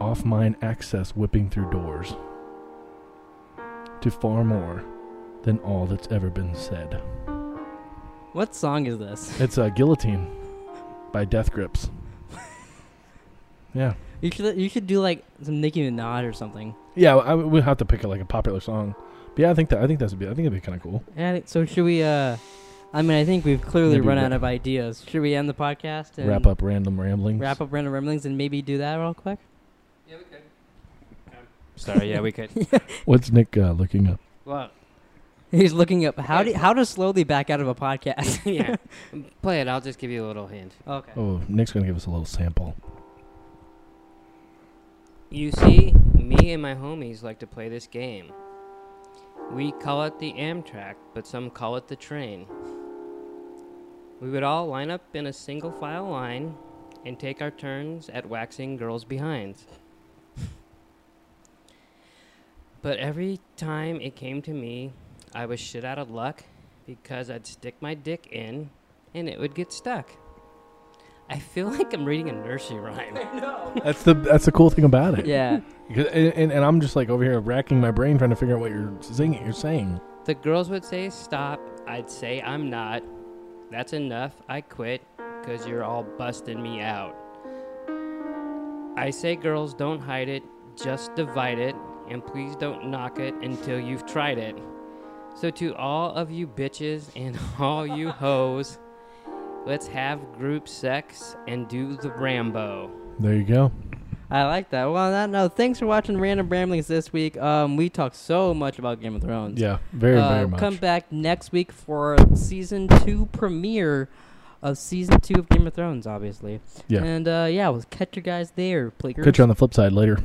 [SPEAKER 3] Off mine access whipping through doors. To far more than all that's ever been said.
[SPEAKER 1] What song is this?
[SPEAKER 3] It's a guillotine by Death Grips. Yeah.
[SPEAKER 1] You should you should do like some Nicki Minaj or something.
[SPEAKER 3] Yeah, I, we have to pick like a popular song. But yeah, I think that I think that's I think it'd be kind of cool.
[SPEAKER 1] Yeah. I think- So should we? uh I mean, I think we've clearly
[SPEAKER 3] Maybe
[SPEAKER 1] run
[SPEAKER 3] wrap-
[SPEAKER 1] out of ideas. Should we end the podcast and
[SPEAKER 3] Wrap up random ramblings.
[SPEAKER 1] wrap up random ramblings and maybe do that real quick?
[SPEAKER 2] Yeah, we could. Sorry, yeah, we could.
[SPEAKER 3] What's Nick uh, looking up?
[SPEAKER 2] well,
[SPEAKER 1] He's looking up how
[SPEAKER 2] Okay.
[SPEAKER 1] do, how to slowly back out of a podcast.
[SPEAKER 2] yeah. Play it. I'll just give you a little hint.
[SPEAKER 1] okay.
[SPEAKER 3] Oh, Nick's gonna give us a little sample.
[SPEAKER 2] You see, me and my homies like to play this game. We call it the Amtrak, but some call it the train. We would all line up in a single file line and take our turns at waxing girls' behinds. But every time it came to me, I was shit out of luck because I'd stick my dick in and it would get stuck. I feel like I'm reading a nursery rhyme.
[SPEAKER 3] That's the that's the cool thing about it.
[SPEAKER 1] Yeah.
[SPEAKER 3] Because- And, and, and I'm just like over here racking my brain trying to figure out what you're singing. You're saying.
[SPEAKER 2] The girls would say, Stop. I'd say, I'm not. That's enough. I quit because you're all busting me out. I say, Girls, don't hide it. Just divide it. And please don't knock it until you've tried it. So, to all of you bitches and all you hoes, let's have group sex and do the Rambo.
[SPEAKER 3] There you go.
[SPEAKER 1] I like that. Well, on that note, thanks for watching Random Ramblings this week. Um, we talked so much about Game of Thrones.
[SPEAKER 3] Yeah, very
[SPEAKER 1] Uh,
[SPEAKER 3] very much.
[SPEAKER 1] Come back next week for season two premiere of season two of Game of Thrones, obviously.
[SPEAKER 3] Yeah.
[SPEAKER 1] And uh, yeah, we'll catch you guys there, Plakers.
[SPEAKER 3] Catch you on the flip side later.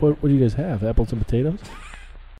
[SPEAKER 3] What what do you guys have? Apples and potatoes?